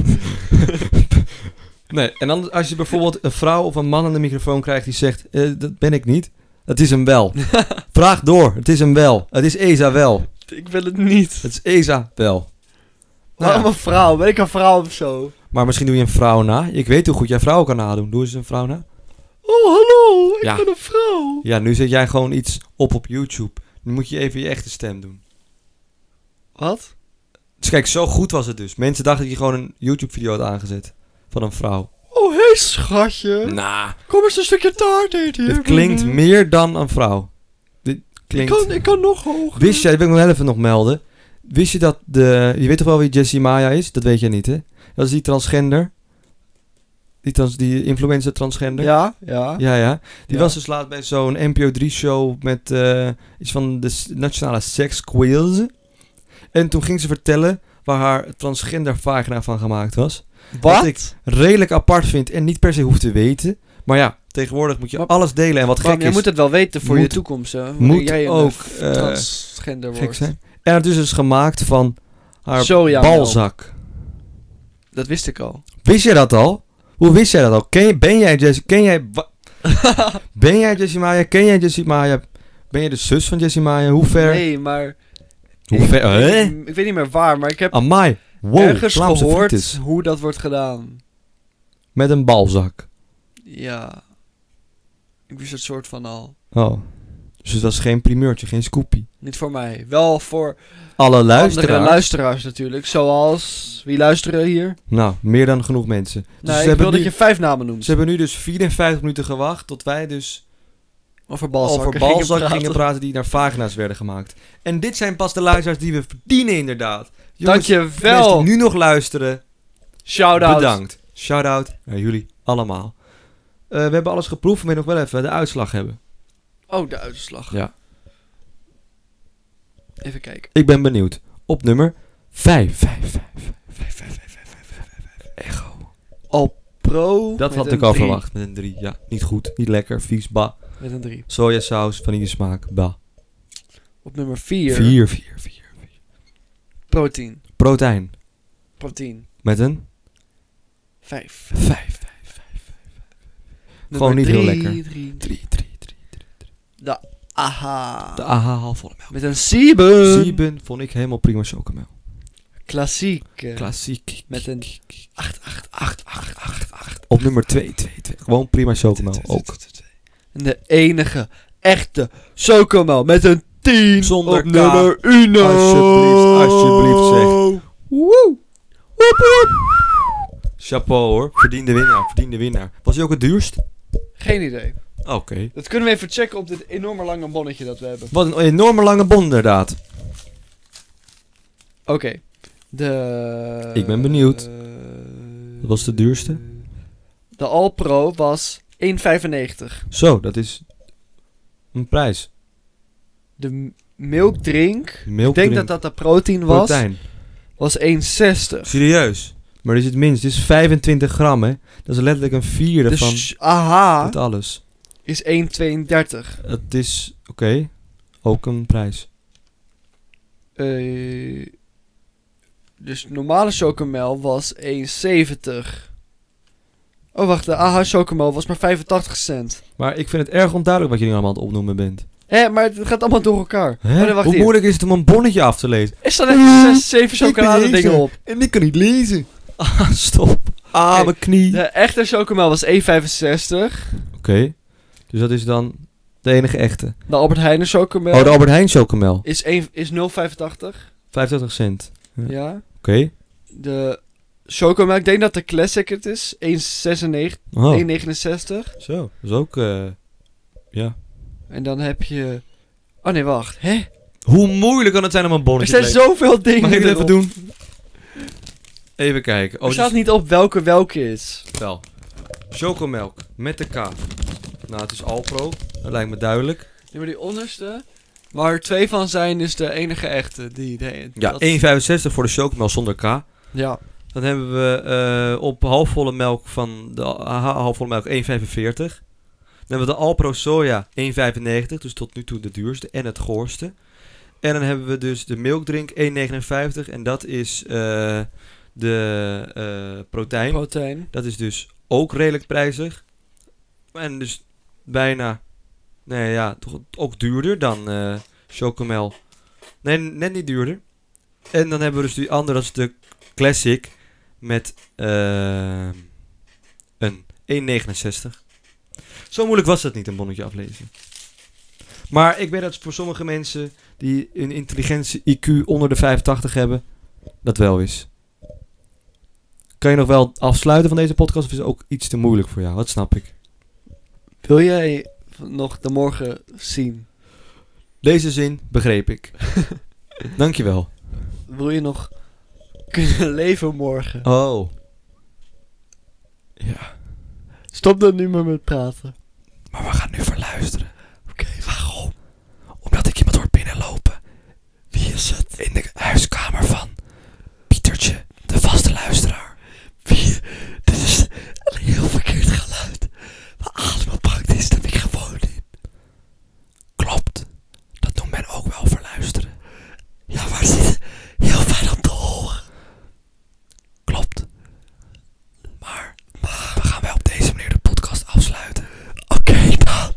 S4: Nee, en dan als je bijvoorbeeld een vrouw of een man aan de microfoon krijgt die zegt... eh, dat ben ik niet. Het is hem wel. Vraag door. Het is hem wel. Het is Eza wel.
S2: ik wil het niet.
S4: Het is Eza wel. Nou ja,
S2: Waarom een vrouw? Ben ik een vrouw of zo?
S4: maar misschien doe je een vrouw na. Ik weet hoe goed jij vrouwen kan nadoen. Doe eens een vrouw na.
S2: Oh, hallo. Ik
S4: Ja.
S2: ben een vrouw.
S4: Ja, nu zet jij gewoon iets op op YouTube. Nu moet je even je echte stem doen.
S2: Wat?
S4: Dus kijk, zo goed was het dus. Mensen dachten dat je gewoon een YouTube-video had aangezet. Van een vrouw.
S2: Oh, hé hey, schatje.
S4: Nou,
S2: Kom eens een stukje taart eten hier.
S4: dit klinkt meer dan een vrouw. Dit
S2: Ik
S4: klinkt...
S2: kan, ik kan nog hoger.
S4: Wist jij, dat wil ik nog wel even nog melden. Wist je dat de... Je weet toch wel wie Jessie Maya is? Dat weet jij niet, hè? Dat is die transgender. Die, trans, die influencer transgender.
S2: Ja, ja.
S4: Ja, ja. Die
S2: Ja.
S4: was dus laatst bij zo'n NPO 3-show met eh, iets van de s- Nationale Sex Quiz. En toen ging ze vertellen waar haar transgender vagina van gemaakt was. Wat ik redelijk apart vind en niet per se hoef te weten. Maar ja, tegenwoordig moet je
S2: Maar-
S4: alles delen. En wat
S2: Bram,
S4: gek
S2: jij
S4: is,
S2: moet het wel weten voor je
S4: Moet-
S2: toekomst, hè? Hoe
S4: moet
S2: jij een
S4: ook,
S2: f-
S4: eh,
S2: transgender
S4: gek
S2: wordt.
S4: zijn. En het is dus gemaakt van haar
S2: Sojamelk.
S4: balzak.
S2: Dat wist ik al.
S4: Wist jij dat al? Hoe wist jij dat al? Ken je, ben jij Jessie? Ken jij... wa- ben jij Jessie Maya? Ken jij Jessie Maya? Ben je de zus van Jessie Maya? Hoe ver?
S2: Nee, maar...
S4: Hoe ver?
S2: Ik,
S4: Hè?
S2: ik, ik weet niet meer waar, maar ik heb
S4: Amai. Wow,
S2: ergens
S4: Vlaamse
S2: gehoord
S4: frietjes.
S2: hoe dat wordt gedaan.
S4: Met een balzak.
S2: Ja. Ik wist het soort van al.
S4: Oh. Dus dat is geen primeurtje, geen scoopie.
S2: Niet voor mij. Wel voor
S4: Alle
S2: andere
S4: luisteraars.
S2: luisteraars natuurlijk. Zoals... Wie luisteren hier?
S4: nou, meer dan genoeg mensen. Dus
S2: nee,
S4: ze,
S2: ik wil
S4: hebben nu,
S2: dat je vijf namen noemt.
S4: ze hebben nu dus 54 minuten gewacht tot wij dus
S2: Over balzakken
S4: over
S2: gingen
S4: balzak
S2: praten.
S4: Oh, gingen praten die naar vagina's werden gemaakt. En dit zijn pas de luisteraars die we verdienen inderdaad. Jongens, mensen
S2: Dankjewel.
S4: die nu nog luisteren,
S2: Shout-out.
S4: bedankt. Shout-out naar jullie allemaal. Eh, we hebben alles geproefd, maar we nog wel even de uitslag hebben.
S2: Oh, de uitslag.
S4: Ja.
S2: Even kijken.
S4: Ik ben benieuwd. Op nummer 5.
S2: Al pro.
S4: Dat
S2: met
S4: had
S2: een
S4: ik al
S2: drie.
S4: verwacht. Met een 3. Ja, niet goed, niet lekker, vies, ba.
S2: Met een 3.
S4: Sojasaus, vanillesmaak, ba.
S2: Op nummer 4.
S4: 4, 4, 4.
S2: Protein.
S4: Protein.
S2: Protein.
S4: Met een
S2: 5.
S4: 5. Gewoon niet heel lekker.
S2: 3,
S4: 3, 3, 3.
S2: Aha.
S4: De AH halfvolle melk.
S2: Met een Sieben.
S4: Sieben vond ik helemaal prima chocomel.
S2: Klassiek. eh,
S4: Klassiek.
S2: Met een 8, 8, 8, 8.
S4: Op nummer 2, 2, 2. Gewoon prima chocomel ook.
S2: En de enige echte Sokomo met een 10
S4: Zonder
S2: op
S4: K.
S2: nummer 1.
S4: Alsjeblieft, alsjeblieft zeg.
S2: Woe. Woep, woep.
S4: Chapeau hoor. Verdiende winnaar, verdiende winnaar. Was hij ook het duurst? Ah,
S2: Geen idee.
S4: Oké.
S2: Dat kunnen we even checken op dit enorme lange bonnetje dat we hebben.
S4: Wat een enorme lange bond inderdaad.
S2: Oké. De...
S4: Ik ben benieuwd.
S2: eh,
S4: Wat was de duurste?
S2: De Alpro was 1,95.
S4: Zo, dat is een prijs.
S2: De m- milkdrink.
S4: Milk
S2: Ik denk dat dat
S4: drink,
S2: de protein was.
S4: protein.
S2: Was 1,60.
S4: Serieus. Maar dit is het minst. Dit is 25 gram, hè. Dat is letterlijk een vierde van
S2: Dus aha
S4: het alles.
S2: is 1,32.
S4: Het is, oké, ook een prijs.
S2: Eh, dus normale chocomel was 1,70. Oh wacht, de aha chocomel was maar 85 cent.
S4: Maar ik vind het erg onduidelijk wat je nu allemaal aan het opnoemen bent.
S2: Hé, maar het gaat allemaal door elkaar.
S4: Hè?
S2: Oh, nee, wacht
S4: Hoe
S2: hier.
S4: moeilijk is het om een bonnetje af te lezen?
S2: Er staan echt 6, 7
S4: Ik ben
S2: chocolade dingen
S4: Jezus.
S2: op.
S4: En ik kan niet lezen. Ah, stop. Ah,
S2: Oké,
S4: mijn knie.
S2: De echte chocomel was 1,65.
S4: Oké. Dus dat is dan de enige echte.
S2: De Albert Heijn chocomel
S4: Oh, de Albert Heijn chocomel.
S2: is, 1 is 0,85.
S4: 35 cent. Ja.
S2: Ja.
S4: Oké.
S2: De chocomel, ik denk dat de classic het is. 1,96.
S4: Oh,
S2: 1,69.
S4: zo. Dat is ook, eh, ja.
S2: En dan heb je... Oh nee, wacht. Hè?
S4: Hoe moeilijk kan het zijn om een
S2: Er
S4: bonnetje
S2: zijn zoveel dingen
S4: Mag ik het
S2: erop.
S4: even doen? Even kijken. Oh,
S2: er
S4: dit
S2: staat
S4: is
S2: niet op welke welke is.
S4: wel. Chocomelk met de K. Nou, het is Alpro. Dat lijkt me duidelijk.
S2: Nee, maar die onderste, waar er twee van zijn, is de enige echte. Die, de,
S4: Ja,
S2: dat-
S4: 1,65 voor de chocomel zonder K.
S2: ja.
S4: Dan hebben we eh, op halfvolle melk van de AH halfvolle melk 1,45. Dan hebben we de Alpro Soja 1,95. Dus tot nu toe de duurste en het goorste. En dan hebben we dus de milkdrink 1,59. En dat is eh, de eh protein.
S2: protein.
S4: Dat is dus ook redelijk prijzig. En dus bijna, nee ja, toch ook duurder dan eh Chocomel. Nee, net niet duurder. En dan hebben we dus die andere, dat is de Classic. Met eh, een 1,69. Zo moeilijk was dat niet, een bonnetje aflezen. Maar ik weet dat voor sommige mensen die een intelligentie IQ onder de 85 hebben, dat wel is. Kan je nog wel afsluiten van deze podcast of is het ook iets te moeilijk voor jou? Dat snap ik.
S2: Wil jij nog de morgen zien?
S4: Deze zin begreep ik. Dankjewel.
S2: Wil je nog kunnen leven morgen?
S4: Oh.
S2: Stop dan nu maar met praten.
S4: Maar we gaan nu verluisteren.
S2: Oké,
S4: waarom? Omdat ik iemand hoor binnenlopen. Wie is het? In de huiskamer van Pietertje, de vaste luisteraar. Wie? Dit is een heel verkeerd geluid. Maar ademopbrak is dat ik gewoon in. Klopt. Dat noemt men ook wel verluisteren. Ja, maar het is heel fijn om te horen. Klopt. Maar we gaan wel op deze manier de podcast afsluiten. Oké dan.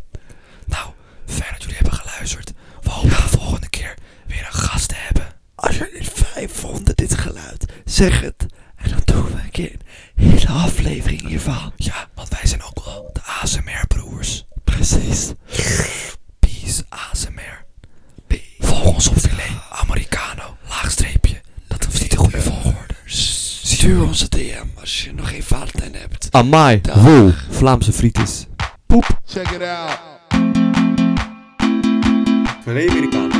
S4: Nou, fijn dat jullie hebben geluisterd. We hopen de volgende keer weer een gast te hebben. Als jullie het fijn vonden, dit geluid, zeg het. En dan doen we een keer een hele aflevering hiervan. Ja, want wij zijn ook wel de ASMR-broers. Precies. Peace, ASMR. Volg ons op filet Americano, laagstreepje. Dat is niet de goede volgorde. Stuur onze DM als je nog geen Valentijn hebt. Amai, wow, Vlaamse frietjes.
S6: Check it out.
S4: Filet Americano.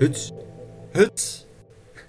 S4: Huts. Huts.